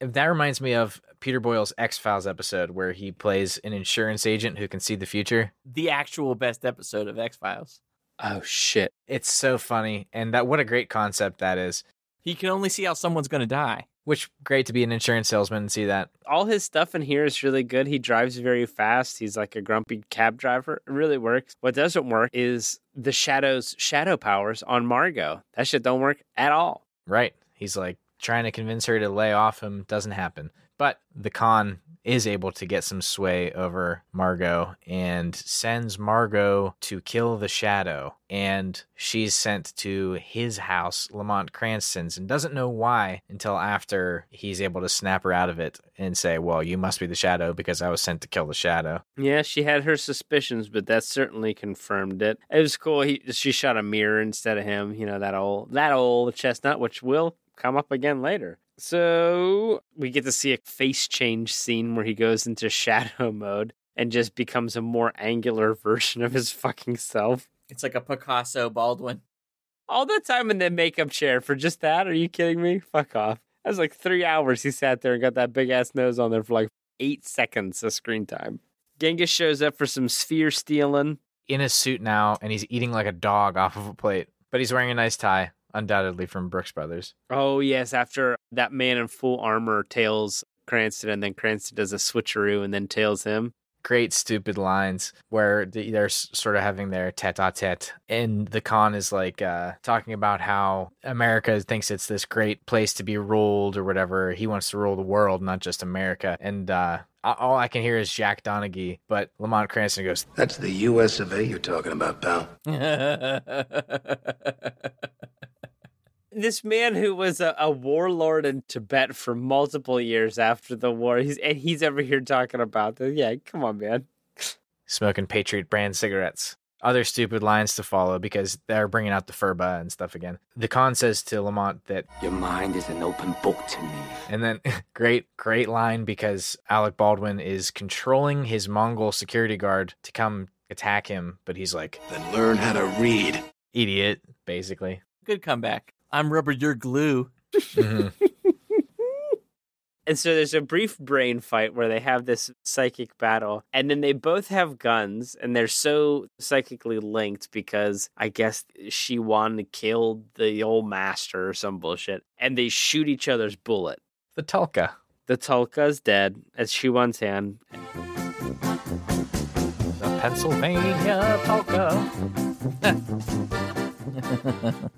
Speaker 2: That reminds me of Peter Boyle's X Files episode where he plays an insurance agent who can see the future.
Speaker 3: The actual best episode of X Files.
Speaker 1: Oh shit.
Speaker 2: It's so funny. And that what a great concept that is.
Speaker 3: He can only see how someone's going to die.
Speaker 2: Which great to be an insurance salesman and see that.
Speaker 1: All his stuff in here is really good. He drives very fast. He's like a grumpy cab driver. It really works. What doesn't work is the Shadow's shadow powers on Margot. That shit don't work at all.
Speaker 2: Right. He's like trying to convince her to lay off him. Doesn't happen. But the con is able to get some sway over Margot and sends Margot to kill the shadow. And she's sent to his house, Lamont Cranston's, and doesn't know why until after he's able to snap her out of it and say, Well, you must be the shadow because I was sent to kill the shadow.
Speaker 1: Yeah, she had her suspicions, but that certainly confirmed it. It was cool. He she shot a mirror instead of him. You know that old that old chestnut, which will come up again later. So we get to see a face change scene where he goes into shadow mode and just becomes a more angular version of his fucking self.
Speaker 3: It's like a Picasso Baldwin.
Speaker 1: All that time in the makeup chair for just that? Are you kidding me? Fuck off. That was like three hours he sat there and got that big ass nose on there for like eight seconds of screen time. Genghis shows up for some sphere stealing.
Speaker 2: In a suit now, and he's eating like a dog off of a plate, but he's wearing a nice tie undoubtedly from Brooks Brothers.
Speaker 1: Oh yes, after that man in full armor tails Cranston, and then Cranston does a switcheroo and then tails him.
Speaker 2: Great stupid lines where they're sort of having their tete-a-tete, and the con is like uh, talking about how America thinks it's this great place to be ruled or whatever. He wants to rule the world, not just America. And uh, all I can hear is Jack Donaghy, but Lamont Cranston goes,
Speaker 8: "That's the U.S. of A. You're talking about, pal."
Speaker 1: this man who was a, a, warlord in Tibet for multiple years after the war. He's and he's over here talking about this. Yeah, come on, man.
Speaker 2: Smoking Patriot brand cigarettes. Other stupid lines to follow because they're bringing out the furba and stuff again. The con says to Lamont that
Speaker 11: your mind is an open book to me.
Speaker 2: And then great, great line because Alec Baldwin is controlling his Mongol security guard to come attack him, but he's like,
Speaker 8: then learn how to read.
Speaker 2: Idiot, basically.
Speaker 3: Good comeback. I'm rubber, you're glue.
Speaker 1: Mm-hmm. and so there's a brief brain fight where they have this psychic battle, and then they both have guns, and they're so psychically linked because I guess she wanted to kill the old master or some bullshit, and they shoot each other's bullet.
Speaker 2: The Tulka.
Speaker 1: The Tulka is dead. It's Shiwan's hand.
Speaker 2: The Pennsylvania Tulka.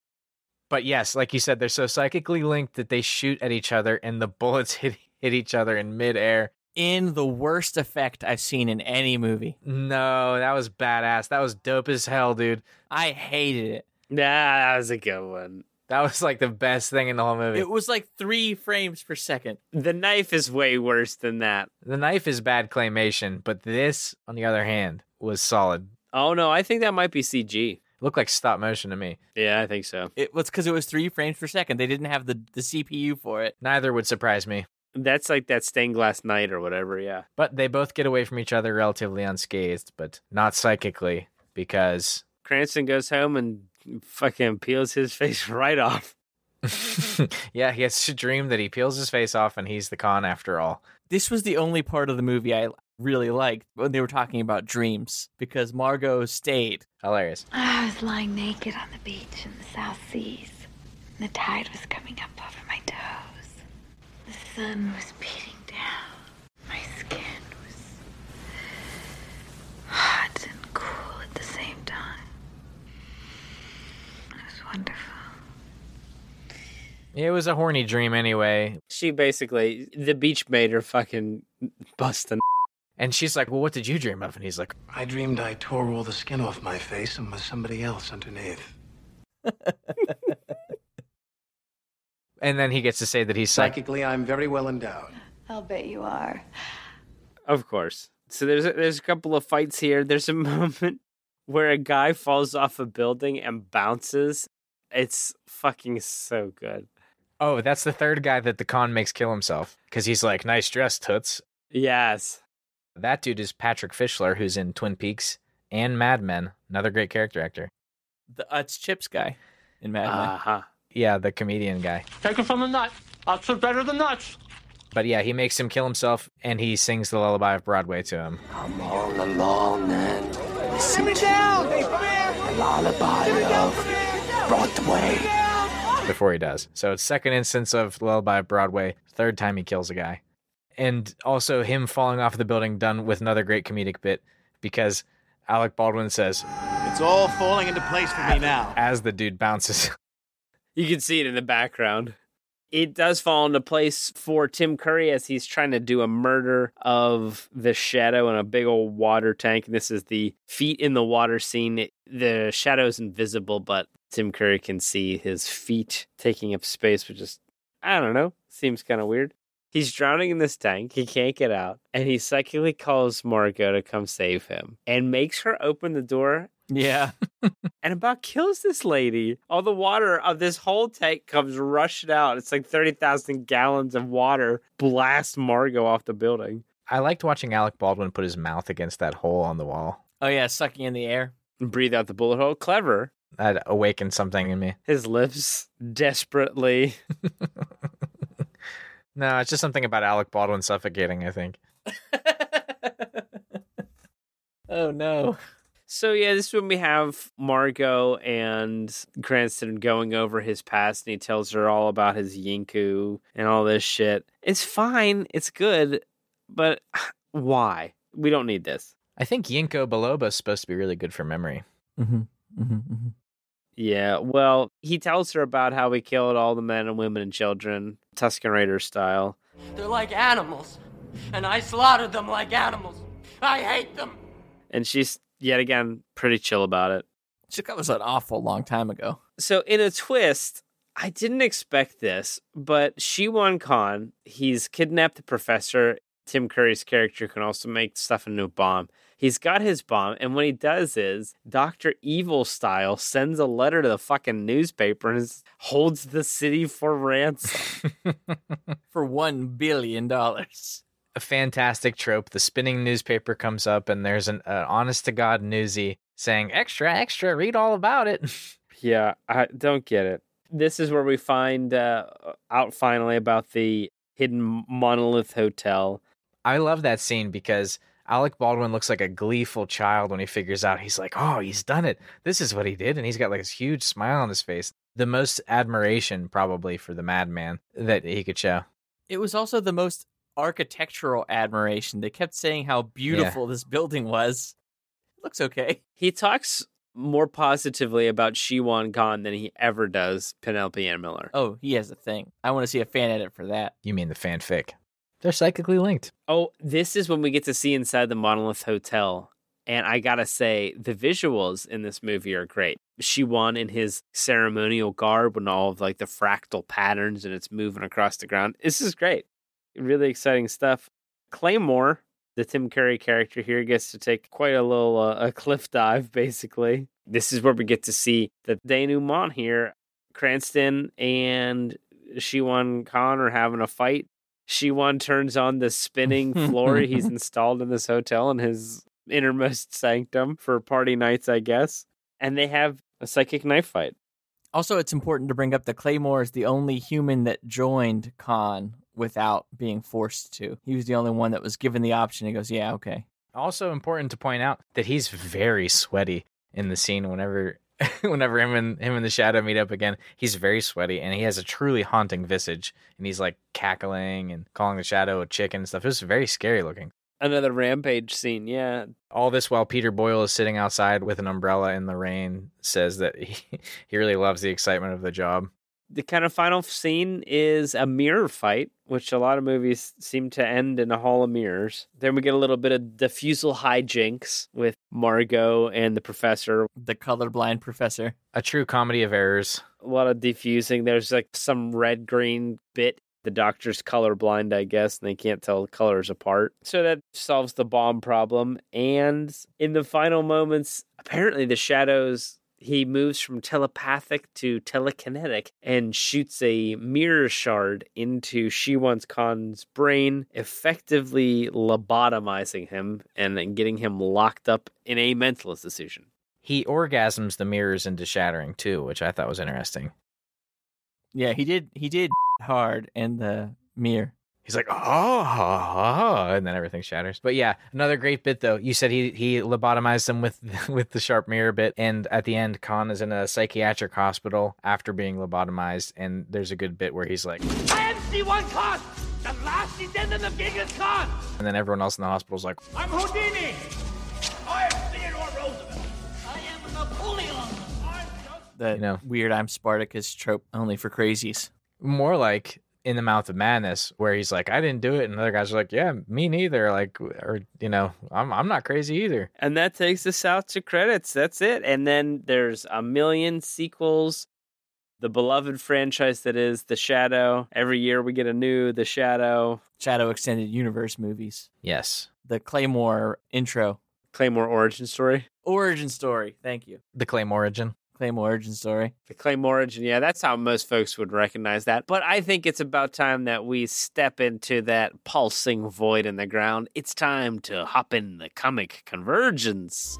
Speaker 2: but yes, like you said, they're so psychically linked that they shoot at each other and the bullets hit hit each other in midair.
Speaker 3: In the worst effect I've seen in any movie.
Speaker 2: No, that was badass. That was dope as hell, dude.
Speaker 3: I hated it.
Speaker 1: Nah, that was a good one.
Speaker 2: That was like the best thing in the whole movie.
Speaker 3: It was like three frames per second.
Speaker 1: The knife is way worse than that.
Speaker 2: The knife is bad claymation, but this, on the other hand, was solid.
Speaker 1: Oh no, I think that might be CG
Speaker 2: looked like stop motion to me.
Speaker 1: Yeah, I think so.
Speaker 3: It was because it was three frames per second. They didn't have the, the CPU for it.
Speaker 2: Neither would surprise me.
Speaker 1: That's like that stained glass night or whatever, yeah.
Speaker 2: But they both get away from each other relatively unscathed, but not psychically because
Speaker 1: Cranston goes home and fucking peels his face right off.
Speaker 2: yeah, he has a dream that he peels his face off and he's the con after all.
Speaker 3: This was the only part of the movie I really liked when they were talking about dreams because Margot stayed.
Speaker 2: Hilarious.
Speaker 7: I was lying naked on the beach in the South Seas, and the tide was coming up over my toes. The sun was beating down. My skin was hot and cool at the same time. It was wonderful.
Speaker 2: It was a horny dream anyway.
Speaker 1: She basically, the beach made her fucking bust an
Speaker 2: and she's like, Well, what did you dream of? And he's like,
Speaker 8: I dreamed I tore all the skin off my face and was somebody else underneath.
Speaker 2: and then he gets to say that he's psych-
Speaker 8: psychically, I'm very well endowed.
Speaker 7: I'll bet you are.
Speaker 1: Of course. So there's a, there's a couple of fights here. There's a moment where a guy falls off a building and bounces. It's fucking so good.
Speaker 2: Oh, that's the third guy that the con makes kill himself because he's like, "Nice dress, toots."
Speaker 1: Yes.
Speaker 2: That dude is Patrick Fischler, who's in Twin Peaks and Mad Men, another great character actor.
Speaker 3: The, uh, it's Chips guy in Mad Men.
Speaker 1: Uh-huh.
Speaker 2: Yeah, the comedian guy.
Speaker 12: Take it from the nut. Ups are better than nuts.
Speaker 2: But yeah, he makes him kill himself, and he sings the lullaby of Broadway to him.
Speaker 11: I'm all alone and
Speaker 12: listen me down.
Speaker 11: The lullaby of Broadway.
Speaker 2: before he does. So it's second instance of Lullaby of Broadway, third time he kills a guy. And also him falling off the building done with another great comedic bit because Alec Baldwin says,
Speaker 13: It's all falling into place for me now.
Speaker 2: As the dude bounces.
Speaker 1: You can see it in the background. It does fall into place for Tim Curry as he's trying to do a murder of the shadow in a big old water tank. This is the feet in the water scene. The shadow is invisible, but Tim Curry can see his feet taking up space, which is, I don't know, seems kind of weird. He's drowning in this tank. He can't get out. And he psychically calls Margot to come save him and makes her open the door
Speaker 3: Yeah.
Speaker 1: and about kills this lady. All the water of this whole tank comes rushing out. It's like 30,000 gallons of water blast Margot off the building.
Speaker 2: I liked watching Alec Baldwin put his mouth against that hole on the wall.
Speaker 3: Oh yeah, sucking in the air.
Speaker 1: And breathe out the bullet hole. Clever.
Speaker 2: That awakened something in me.
Speaker 1: His lips desperately.
Speaker 2: No, it's just something about Alec Baldwin suffocating, I think.
Speaker 3: Oh no.
Speaker 1: So yeah, this is when we have Margot and Cranston going over his past, and he tells her all about his Yinku and all this shit. It's fine, it's good, but why? We don't need this.
Speaker 2: I think Yinko Biloba is supposed to be really good for memory.
Speaker 3: Mm-hmm.
Speaker 1: Yeah, well, he tells her about how he killed all the men and women and children, Tuscan Raider style.
Speaker 14: They're like animals, and I slaughtered them like animals. I hate them.
Speaker 1: And she's yet again pretty chill about it.
Speaker 3: That was an awful long time ago.
Speaker 1: So in a twist, I didn't expect this, but Shi Wan Khan, he's kidnapped the professor. Tim Curry's character can also make stuff into a bomb. He's got his bomb, and what he does is Dr. Evil style sends a letter to the fucking newspaper and is- holds the city for ransom.
Speaker 3: For one billion dollars.
Speaker 2: A fantastic trope. The spinning newspaper comes up, and there's an uh, honest to God newsie saying, Extra, extra, read all about it.
Speaker 1: Yeah, I don't get it. This is where we find uh, out finally about the hidden monolith hotel.
Speaker 2: I love that scene because Alec Baldwin looks like a gleeful child when he figures out he's like, oh, he's done it. This is what he did. And he's got like this huge smile on his face. The most admiration, probably, for the madman that he could show.
Speaker 3: It was also the most architectural admiration. They kept saying how beautiful this building was. Looks okay.
Speaker 1: He talks more positively about Shiwan Khan than he ever does Penelope Ann Miller.
Speaker 3: Oh, he has a thing. I want to see a fan edit for that.
Speaker 2: You mean the fanfic? They're psychically linked.
Speaker 1: Oh, this is when we get to see inside the Monolith Hotel. And I gotta say, the visuals in this movie are great. She won in his ceremonial garb and all of like the fractal patterns and it's moving across the ground. This is great. Really exciting stuff. Claymore, the Tim Curry character here, gets to take quite a little uh, a cliff dive, basically. This is where we get to see the denouement here. Cranston and Shiwan Khan are having a fight. Shiwan turns on the spinning floor he's installed in this hotel in his innermost sanctum for party nights, I guess. And they have a psychic knife fight.
Speaker 3: Also, it's important to bring up that Claymore is the only human that joined Khan without being forced to. He was the only one that was given the option. He goes, Yeah, okay.
Speaker 2: Also important to point out that he's very sweaty in the scene whenever whenever him and him and the shadow meet up again. He's very sweaty and he has a truly haunting visage and he's like cackling and calling the shadow a chicken and stuff. It was very scary looking.
Speaker 1: Another rampage scene, yeah.
Speaker 2: All this while Peter Boyle is sitting outside with an umbrella in the rain, says that he, he really loves the excitement of the job.
Speaker 1: The kind of final scene is a mirror fight, which a lot of movies seem to end in a hall of mirrors. Then we get a little bit of diffusal hijinks with Margot and the professor.
Speaker 3: The colorblind professor.
Speaker 2: A true comedy of errors.
Speaker 1: A lot of diffusing. There's like some red green bit. The doctor's colorblind, I guess, and they can't tell the colors apart. So that solves the bomb problem. And in the final moments, apparently the shadows he moves from telepathic to telekinetic and shoots a mirror shard into Shiwan's Khan's brain, effectively lobotomizing him and then getting him locked up in a mental institution.
Speaker 2: He orgasms the mirrors into shattering too, which I thought was interesting.
Speaker 3: Yeah, he did. He did hard in the mirror.
Speaker 2: He's like, oh, ha, ha, and then everything shatters. But yeah, another great bit though. You said he he lobotomized them with with the sharp mirror bit, and at the end, Khan is in a psychiatric hospital after being lobotomized, and there's a good bit where he's like,
Speaker 15: I am C1 Khan, the last descendant of Genghis Khan.
Speaker 2: and then everyone else in the hospital's like,
Speaker 15: I'm Houdini. I am Theodore Roosevelt. I am Napoleon. I'm
Speaker 3: The weird I'm Spartacus trope only for crazies.
Speaker 2: more like in the mouth of madness where he's like i didn't do it and other guys are like yeah me neither like or you know i'm, I'm not crazy either
Speaker 1: And that takes us out to credits. That's it. And then there's a million sequels. The beloved franchise that is The Shadow. Every year we get a new The Shadow.
Speaker 3: Shadow Extended Universe movies.
Speaker 2: yes
Speaker 3: The Claymore intro.
Speaker 1: Claymore origin story.
Speaker 3: Origin story. Thank you.
Speaker 2: the claim origin
Speaker 3: Claymore origin story.
Speaker 1: The Claymore origin. Yeah, that's how most folks would recognize that. But I think it's about time that we step into that pulsing void in the ground. It's time to hop in the comic convergence.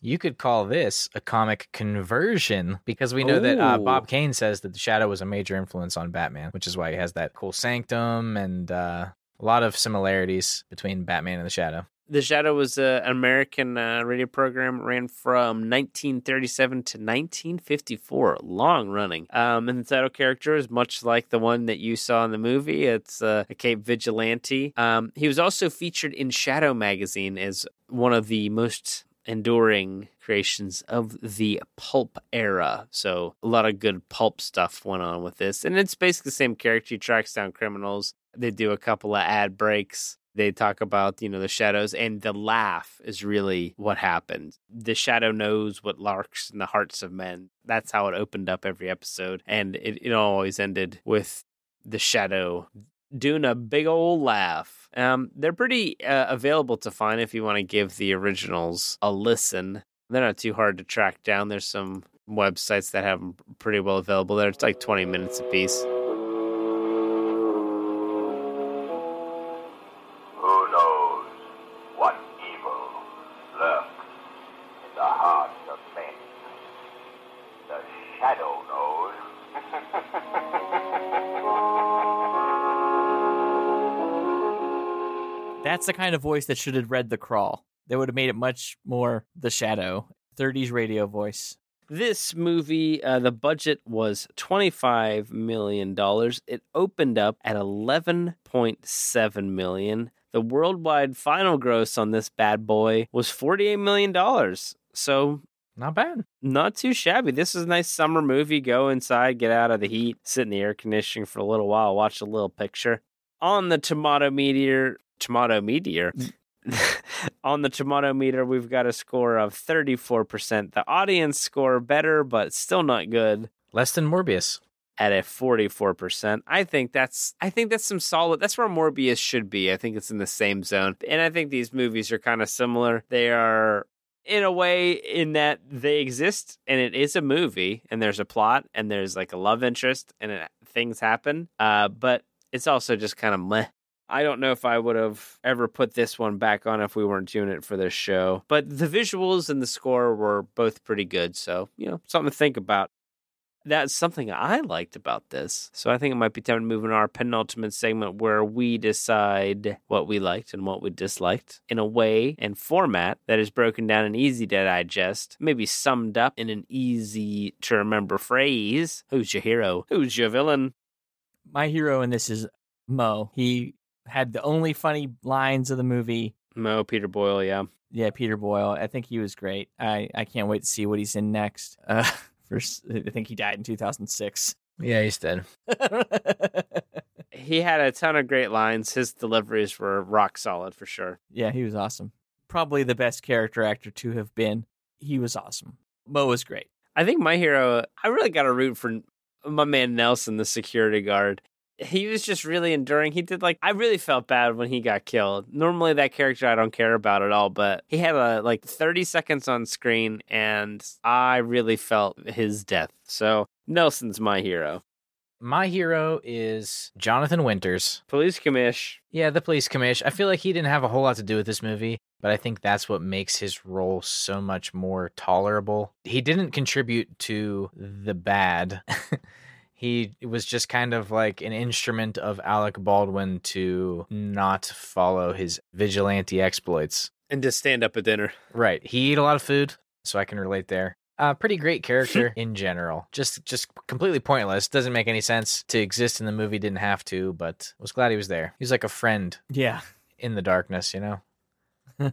Speaker 2: you could call this a comic conversion because we know that uh,
Speaker 1: Ooh.
Speaker 2: bob kane says that the shadow was a major influence on batman which is why he has that cool sanctum and uh, a lot of similarities between batman and the shadow
Speaker 1: The Shadow was uh, an American uh, radio program, ran from 1937 to 1954, long running. Um, and the title character is much like the one that you saw in the movie. It's uh, a Cape Vigilante. Um, he was also featured in Shadow magazine as one of the most enduring creations of the pulp era. So a lot of good pulp stuff went on with this. And it's basically the same character. He tracks down criminals. They do a couple of ad breaks. They talk about, you know, the shadows and the laugh is really what happened. The shadow knows what larks in the hearts of men. That's how it opened up every episode. And it, it always ended with the shadow doing a big old laugh. Um, they're pretty uh, available to find if you want to give the originals a listen. They're not too hard to track down. There's some websites that have them pretty well available there. It's like 20 minutes a piece.
Speaker 16: Who knows what evil lurks in the hearts of men? The shadow
Speaker 3: That's the kind of voice that should have read The Crawl. They would have made it much more The Shadow. 30s radio voice.
Speaker 1: This movie, uh, the budget was $25 million. It opened up at $11.7 million. The worldwide final gross on this bad boy was $48 million. So
Speaker 2: not bad
Speaker 1: not too shabby. This is a nice summer movie. Go inside, get out of the heat, sit in the air conditioning for a little while, watch a little picture. On the tomato meteor, tomato meteor. on the tomato meter, we've got a score of 34%. The audience score better, but still not good
Speaker 2: less than morbius
Speaker 1: at a 44%. I think that's I think that's some solid that's where Morbius should be. I think it's in the same zone. And I think these movies are kind of similar. They are in a way in that they exist and it is a movie and there's a plot and there's like a love interest and it, things happen. Uh but it's also just kind of meh. I don't know if I would have ever put this one back on if we weren't doing it for this show. But the visuals and the score were both pretty good, so, you know, something to think about that's something I liked about this. So I think it might be time to move into our penultimate segment where we decide what we liked and what we disliked in a way and format that is broken down and easy to digest, maybe summed up in an easy to remember phrase. Who's your hero? Who's your villain?
Speaker 3: My hero in this is Mo. He had the only funny lines of the movie.
Speaker 1: Mo, Peter Boyle, yeah.
Speaker 3: Yeah, Peter Boyle. I think he was great. I, I can't wait to see what he's in next. Uh, first, I think he died in 2006.
Speaker 2: yeah he's dead
Speaker 1: He had a ton of great lines. His deliveries were rock solid for sure.
Speaker 3: Yeah, he was awesome. Probably the best character actor to have been. He was awesome. Mo was great.
Speaker 1: I think my hero, I really got to root for my man Nelson, the security guard. He was just really enduring. He did like I really felt bad when he got killed. Normally that character I don't care about at all, but he had a like 30 seconds on screen and I really felt his death. So Nelson's my hero.
Speaker 2: My hero is Jonathan Winters.
Speaker 1: Police commish.
Speaker 2: Yeah, the police commish. I feel like he didn't have a whole lot to do with this movie, but I think that's what makes his role so much more tolerable. He didn't contribute to the bad. he was just kind of like an instrument of Alec Baldwin to not follow his vigilante exploits.
Speaker 1: And to stand up at dinner.
Speaker 2: Right. He ate a lot of food, so I can relate there. Uh, pretty great character in general. Just just completely pointless. Doesn't make any sense to exist in the movie. Didn't have to, but was glad he was there. He's like a friend
Speaker 3: Yeah.
Speaker 2: in the darkness, you know,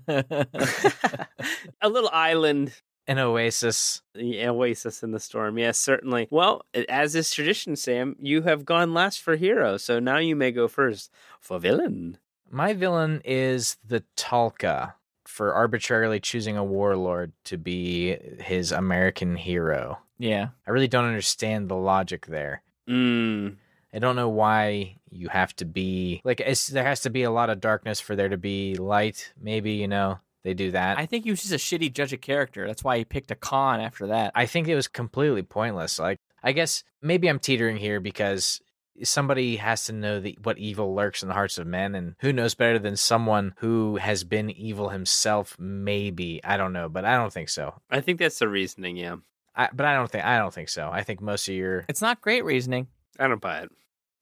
Speaker 1: a little island
Speaker 2: an oasis.
Speaker 1: the oasis in the storm yes certainly well as is tradition sam you have gone last for hero so now you may go first for villain
Speaker 2: My villain is the Talca for arbitrarily choosing a warlord to be his American hero.
Speaker 3: Yeah.
Speaker 2: I really don't understand the logic there.
Speaker 1: mm,
Speaker 2: I don't know why you have to be like it's, there has to be a lot of darkness for there to be light. Maybe you know they do that.
Speaker 3: I think he was just a shitty judge of character. That's why he picked a con after that.
Speaker 2: I think it was completely pointless. Like, I guess maybe I'm teetering here because somebody has to know the, what evil lurks in the hearts of men, and who knows better than someone who has been evil himself? Maybe I don't know, but I don't think so.
Speaker 1: i think that's the reasoning yeah
Speaker 2: I, but I don't think I don't think so. I think most of your
Speaker 3: It's not great reasoning.
Speaker 1: i don't buy it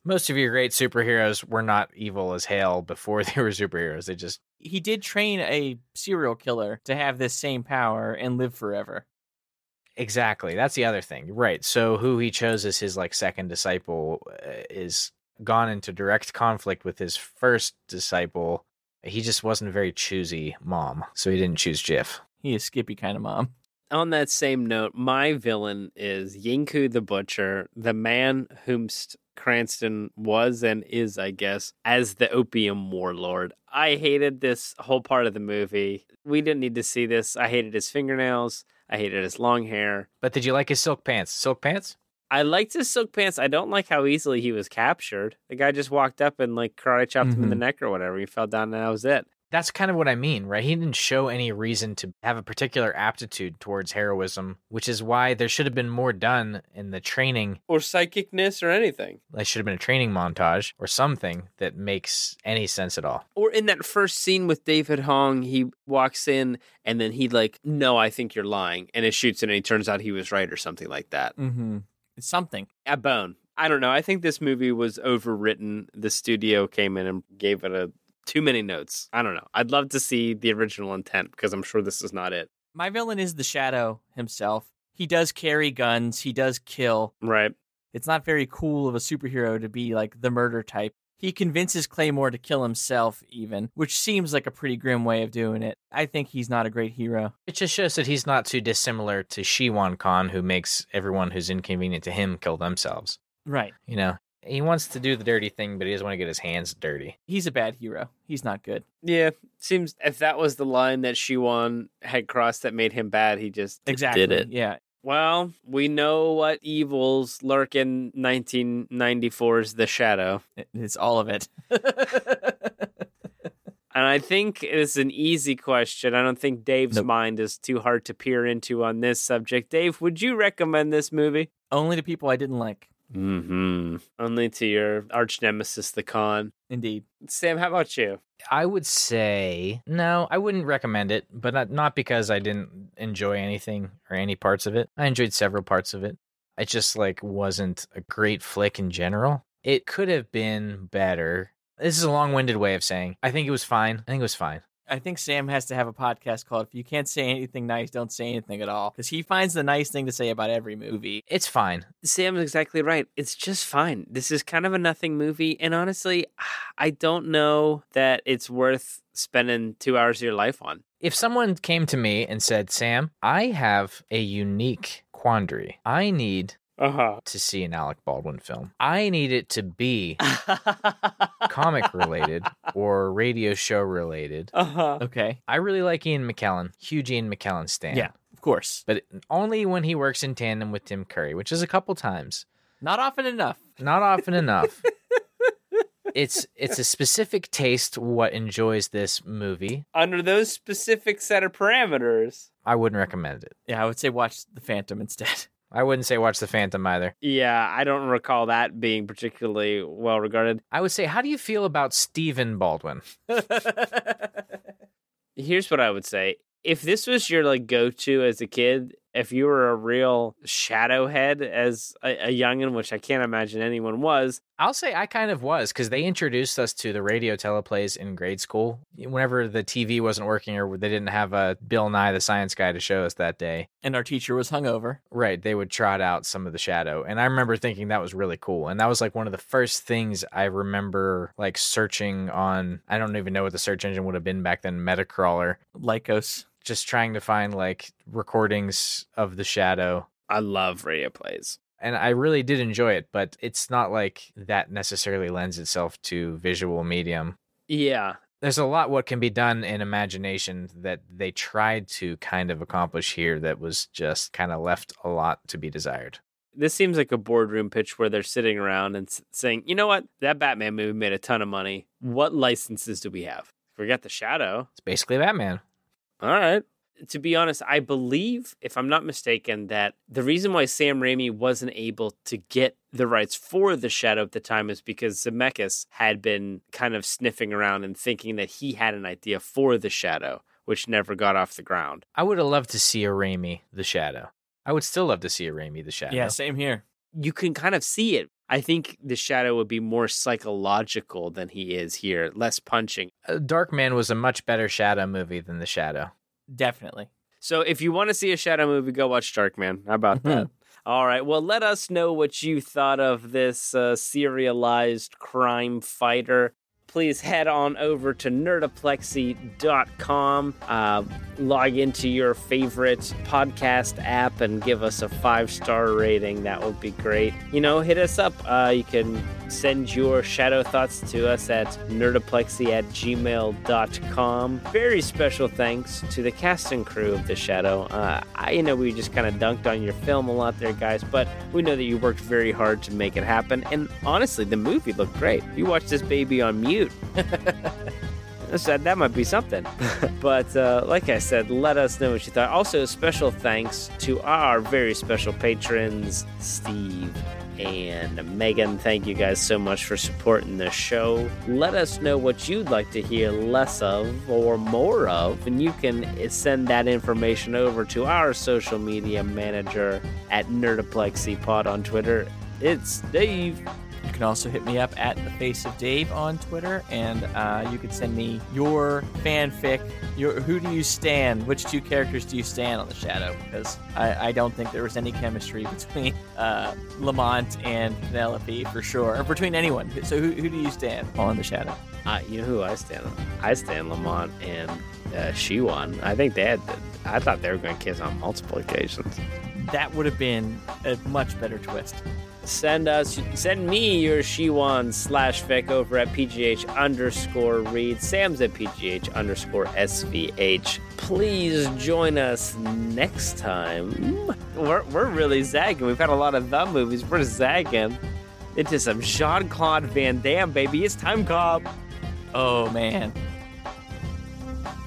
Speaker 2: most of your great superheroes were not evil as hell before they were superheroes. They just
Speaker 3: He did train a serial killer to have this same power and live forever.
Speaker 2: Exactly. That's the other thing. Right. So who he chose as his like second disciple uh, is gone into direct conflict with his first disciple. He just wasn't a very choosy mom, so he didn't choose Jiff.
Speaker 3: He is Skippy kind of mom.
Speaker 1: on that same note my villain is yinku the butcher the man whom St- cranston was and is i guess as the opium warlord i hated this whole part of the movie we didn't need to see this i hated his fingernails i hated his long hair
Speaker 2: But did you like his silk pants? Silk pants?
Speaker 1: I liked his silk pants. I don't like how easily he was captured. The guy just walked up and like karate chopped him in the
Speaker 3: Mhm.
Speaker 1: neck or whatever. He fell down and that was it.
Speaker 2: That's kind of what I mean, right? He didn't show any reason to have a particular aptitude towards heroism, which is why there should have been more done in the training.
Speaker 1: Or psychicness or anything.
Speaker 2: There should have been a training montage or something that makes any sense at all.
Speaker 1: Or in that first scene with David Hong, he walks in and then he like, no, I think you're lying, and it shoots and it turns out he was right or something like that.
Speaker 3: Mm-hmm. It's something.
Speaker 1: A bone. I don't know. I think this movie was overwritten. The studio came in and gave it a too many notes. I don't know. I'd love to see the original intent because I'm sure this is not it.
Speaker 3: My villain is the Shadow himself. He does carry guns. He does kill.
Speaker 1: Right.
Speaker 3: It's not very cool of a superhero to be like the murder type. He convinces Claymore to kill himself, even, which seems like a pretty grim way of doing it. I think he's not a great hero.
Speaker 2: It just shows that he's not too dissimilar to Shiwan Khan, who makes everyone who's inconvenient to him kill themselves.
Speaker 3: Right.
Speaker 2: You know, he wants to do the dirty thing, but he doesn't want to get his hands dirty.
Speaker 3: He's a bad hero. He's not good.
Speaker 1: Yeah, seems if that was the line that Shiwan had crossed that made him bad, he just
Speaker 3: Exactly.
Speaker 1: did it.
Speaker 3: Yeah.
Speaker 1: Well, we know what evils lurk in 1994's The Shadow,
Speaker 3: It- It's all of it.
Speaker 1: and I think it's an easy question. I don't think Dave's
Speaker 3: Nope.
Speaker 1: mind is too hard to peer into on this subject. Dave, would you recommend this movie?
Speaker 3: Only to people I didn't like.
Speaker 1: Mm-hmm. Only to your arch nemesis, the con.
Speaker 3: Indeed.
Speaker 1: Sam, how about you?
Speaker 2: I would say no, I wouldn't recommend it, but not not because I didn't enjoy anything or any parts of it. I enjoyed several parts of it. It just like wasn't a great flick in general. It could have been better. This is a long-winded way of saying I think it was fine. I think it was fine.
Speaker 3: I think Sam has to have a podcast called If You Can't Say Anything Nice, Don't Say Anything at All. Because he finds the nice thing to say about every movie.
Speaker 2: It's fine.
Speaker 1: Sam's exactly right. It's just fine. This is kind of a nothing movie. And honestly, I don't know that it's worth spending two hours of your life on.
Speaker 2: If someone came to me and said, Sam, I have a unique quandary. I need
Speaker 1: Uh
Speaker 2: to see an Alec Baldwin film. I need it to be
Speaker 1: huh.
Speaker 2: comic related or radio show related.
Speaker 1: Uh huh.
Speaker 3: Okay.
Speaker 2: I really like Ian McKellen, huge Ian McKellen stan.
Speaker 3: Yeah, of course.
Speaker 2: But only when he works in tandem with Tim Curry, which is a couple times.
Speaker 3: Not often enough.
Speaker 2: Not often enough. It's it's a specific taste what enjoys this movie.
Speaker 1: Under those specific set of parameters.
Speaker 2: I wouldn't recommend it.
Speaker 3: Yeah, I would say watch The Phantom instead.
Speaker 2: I wouldn't say watch The Phantom either.
Speaker 1: Yeah, I don't recall that being particularly well regarded.
Speaker 2: I would say, how do you feel about Stephen Baldwin?
Speaker 1: Here's what I would say. If this was your like go to as a kid, if you were a real shadow head as a, a youngin, which I can't imagine anyone was,
Speaker 2: I'll say I kind of was because they introduced us to the radio teleplays in grade school. Whenever the TV wasn't working or they didn't have a Bill Nye the Science Guy to show us that day,
Speaker 3: and our teacher was hungover,
Speaker 2: right? They would trot out some of the shadow, and I remember thinking that was really cool, and that was like one of the first things I remember like searching on. I don't even know what the search engine would have been back then, Metacrawler,
Speaker 3: Lycos
Speaker 2: just trying to find like recordings of the shadow.
Speaker 1: I love radio plays.
Speaker 2: And I really did enjoy it, but it's not like that necessarily lends itself to visual medium.
Speaker 1: Yeah.
Speaker 2: There's a lot what can be done in imagination that they tried to kind of accomplish here that was just kind of left a lot to be desired.
Speaker 1: This seems like a boardroom pitch where they're sitting around and saying, you know what? That Batman movie made a ton of money. What licenses do we have? We got The Shadow.
Speaker 2: It's basically Batman.
Speaker 1: All right. To be honest, I believe, if I'm not mistaken, that the reason why Sam Raimi wasn't able to get the rights for The Shadow at the time is because Zemeckis had been kind of sniffing around and thinking that he had an idea for The Shadow, which never got off the ground.
Speaker 2: I would have loved to see a Raimi The Shadow. I would still love to see a Raimi The Shadow.
Speaker 3: Yeah, same here.
Speaker 1: You can kind of see it I think the shadow would be more psychological than he is here, less punching.
Speaker 2: Uh, Dark Man was a much better shadow movie than the shadow.
Speaker 3: Definitely.
Speaker 1: So if you want to see a shadow movie, go watch Dark Man. How about mm-hmm. that? All right. Well, let us know what you thought of this uh, serialized crime fighter. Please head on over to nerdoplexy.com, uh, log into your favorite podcast app, and give us a five star rating. That would be great. You know, hit us up. Uh, you can send your shadow thoughts to us at nerdoplexy at gmail.com. Very special thanks to the cast and crew of The Shadow. Uh, I you know we just kind of dunked on your film a lot there, guys, but we know that you worked very hard to make it happen. And honestly, the movie looked great. You watched this baby on mute. so that might be something. but uh, like I said, let us know what you thought. Also, special thanks to our very special patrons, Steve and Megan. Thank you guys so much for supporting the show. Let us know what you'd like to hear less of or more of, and you can send that information over to our social media manager at NerdoplexyPod on Twitter. It's Dave.
Speaker 3: You can also hit me up at the face of Dave on Twitter, and uh, you can send me your fanfic. Your who do you stand? Which two characters do you stand on the Shadow? Because I, I don't think there was any chemistry between uh, Lamont and Penelope for sure, or between anyone. So who, who do you stand on the Shadow?
Speaker 1: Uh, you know who I stand on. I stand Lamont and uh, Shiwan. I think they had. The, I thought they were going to kiss on multiple occasions.
Speaker 3: That would have been a much better twist
Speaker 1: send us send me your shiwan slash fic over at pgh underscore read sam's at pgh underscore svh please join us next time we're, we're really zagging we've had a lot of the movies we're zagging into some jean-claude van damme baby it's time cop
Speaker 3: oh man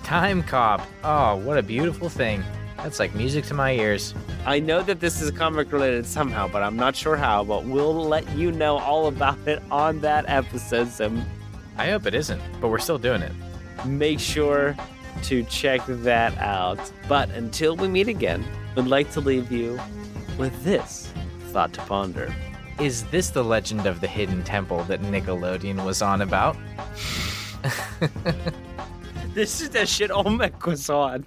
Speaker 2: time cop oh what a beautiful thing that's like music to my ears.
Speaker 1: I know that this is comic related somehow, but I'm not sure how. But we'll let you know all about it on that episode. So
Speaker 2: I hope it isn't, but we're still doing it.
Speaker 1: Make sure to check that out. But until we meet again, we'd like to leave you with this thought to ponder.
Speaker 2: Is this the legend of the hidden temple that Nickelodeon was on about?
Speaker 1: this is the shit Olmec was on.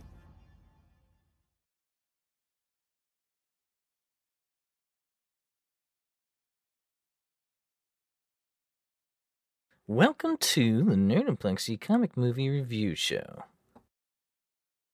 Speaker 2: Welcome to the Nerdoplexy Comic Movie Review Show.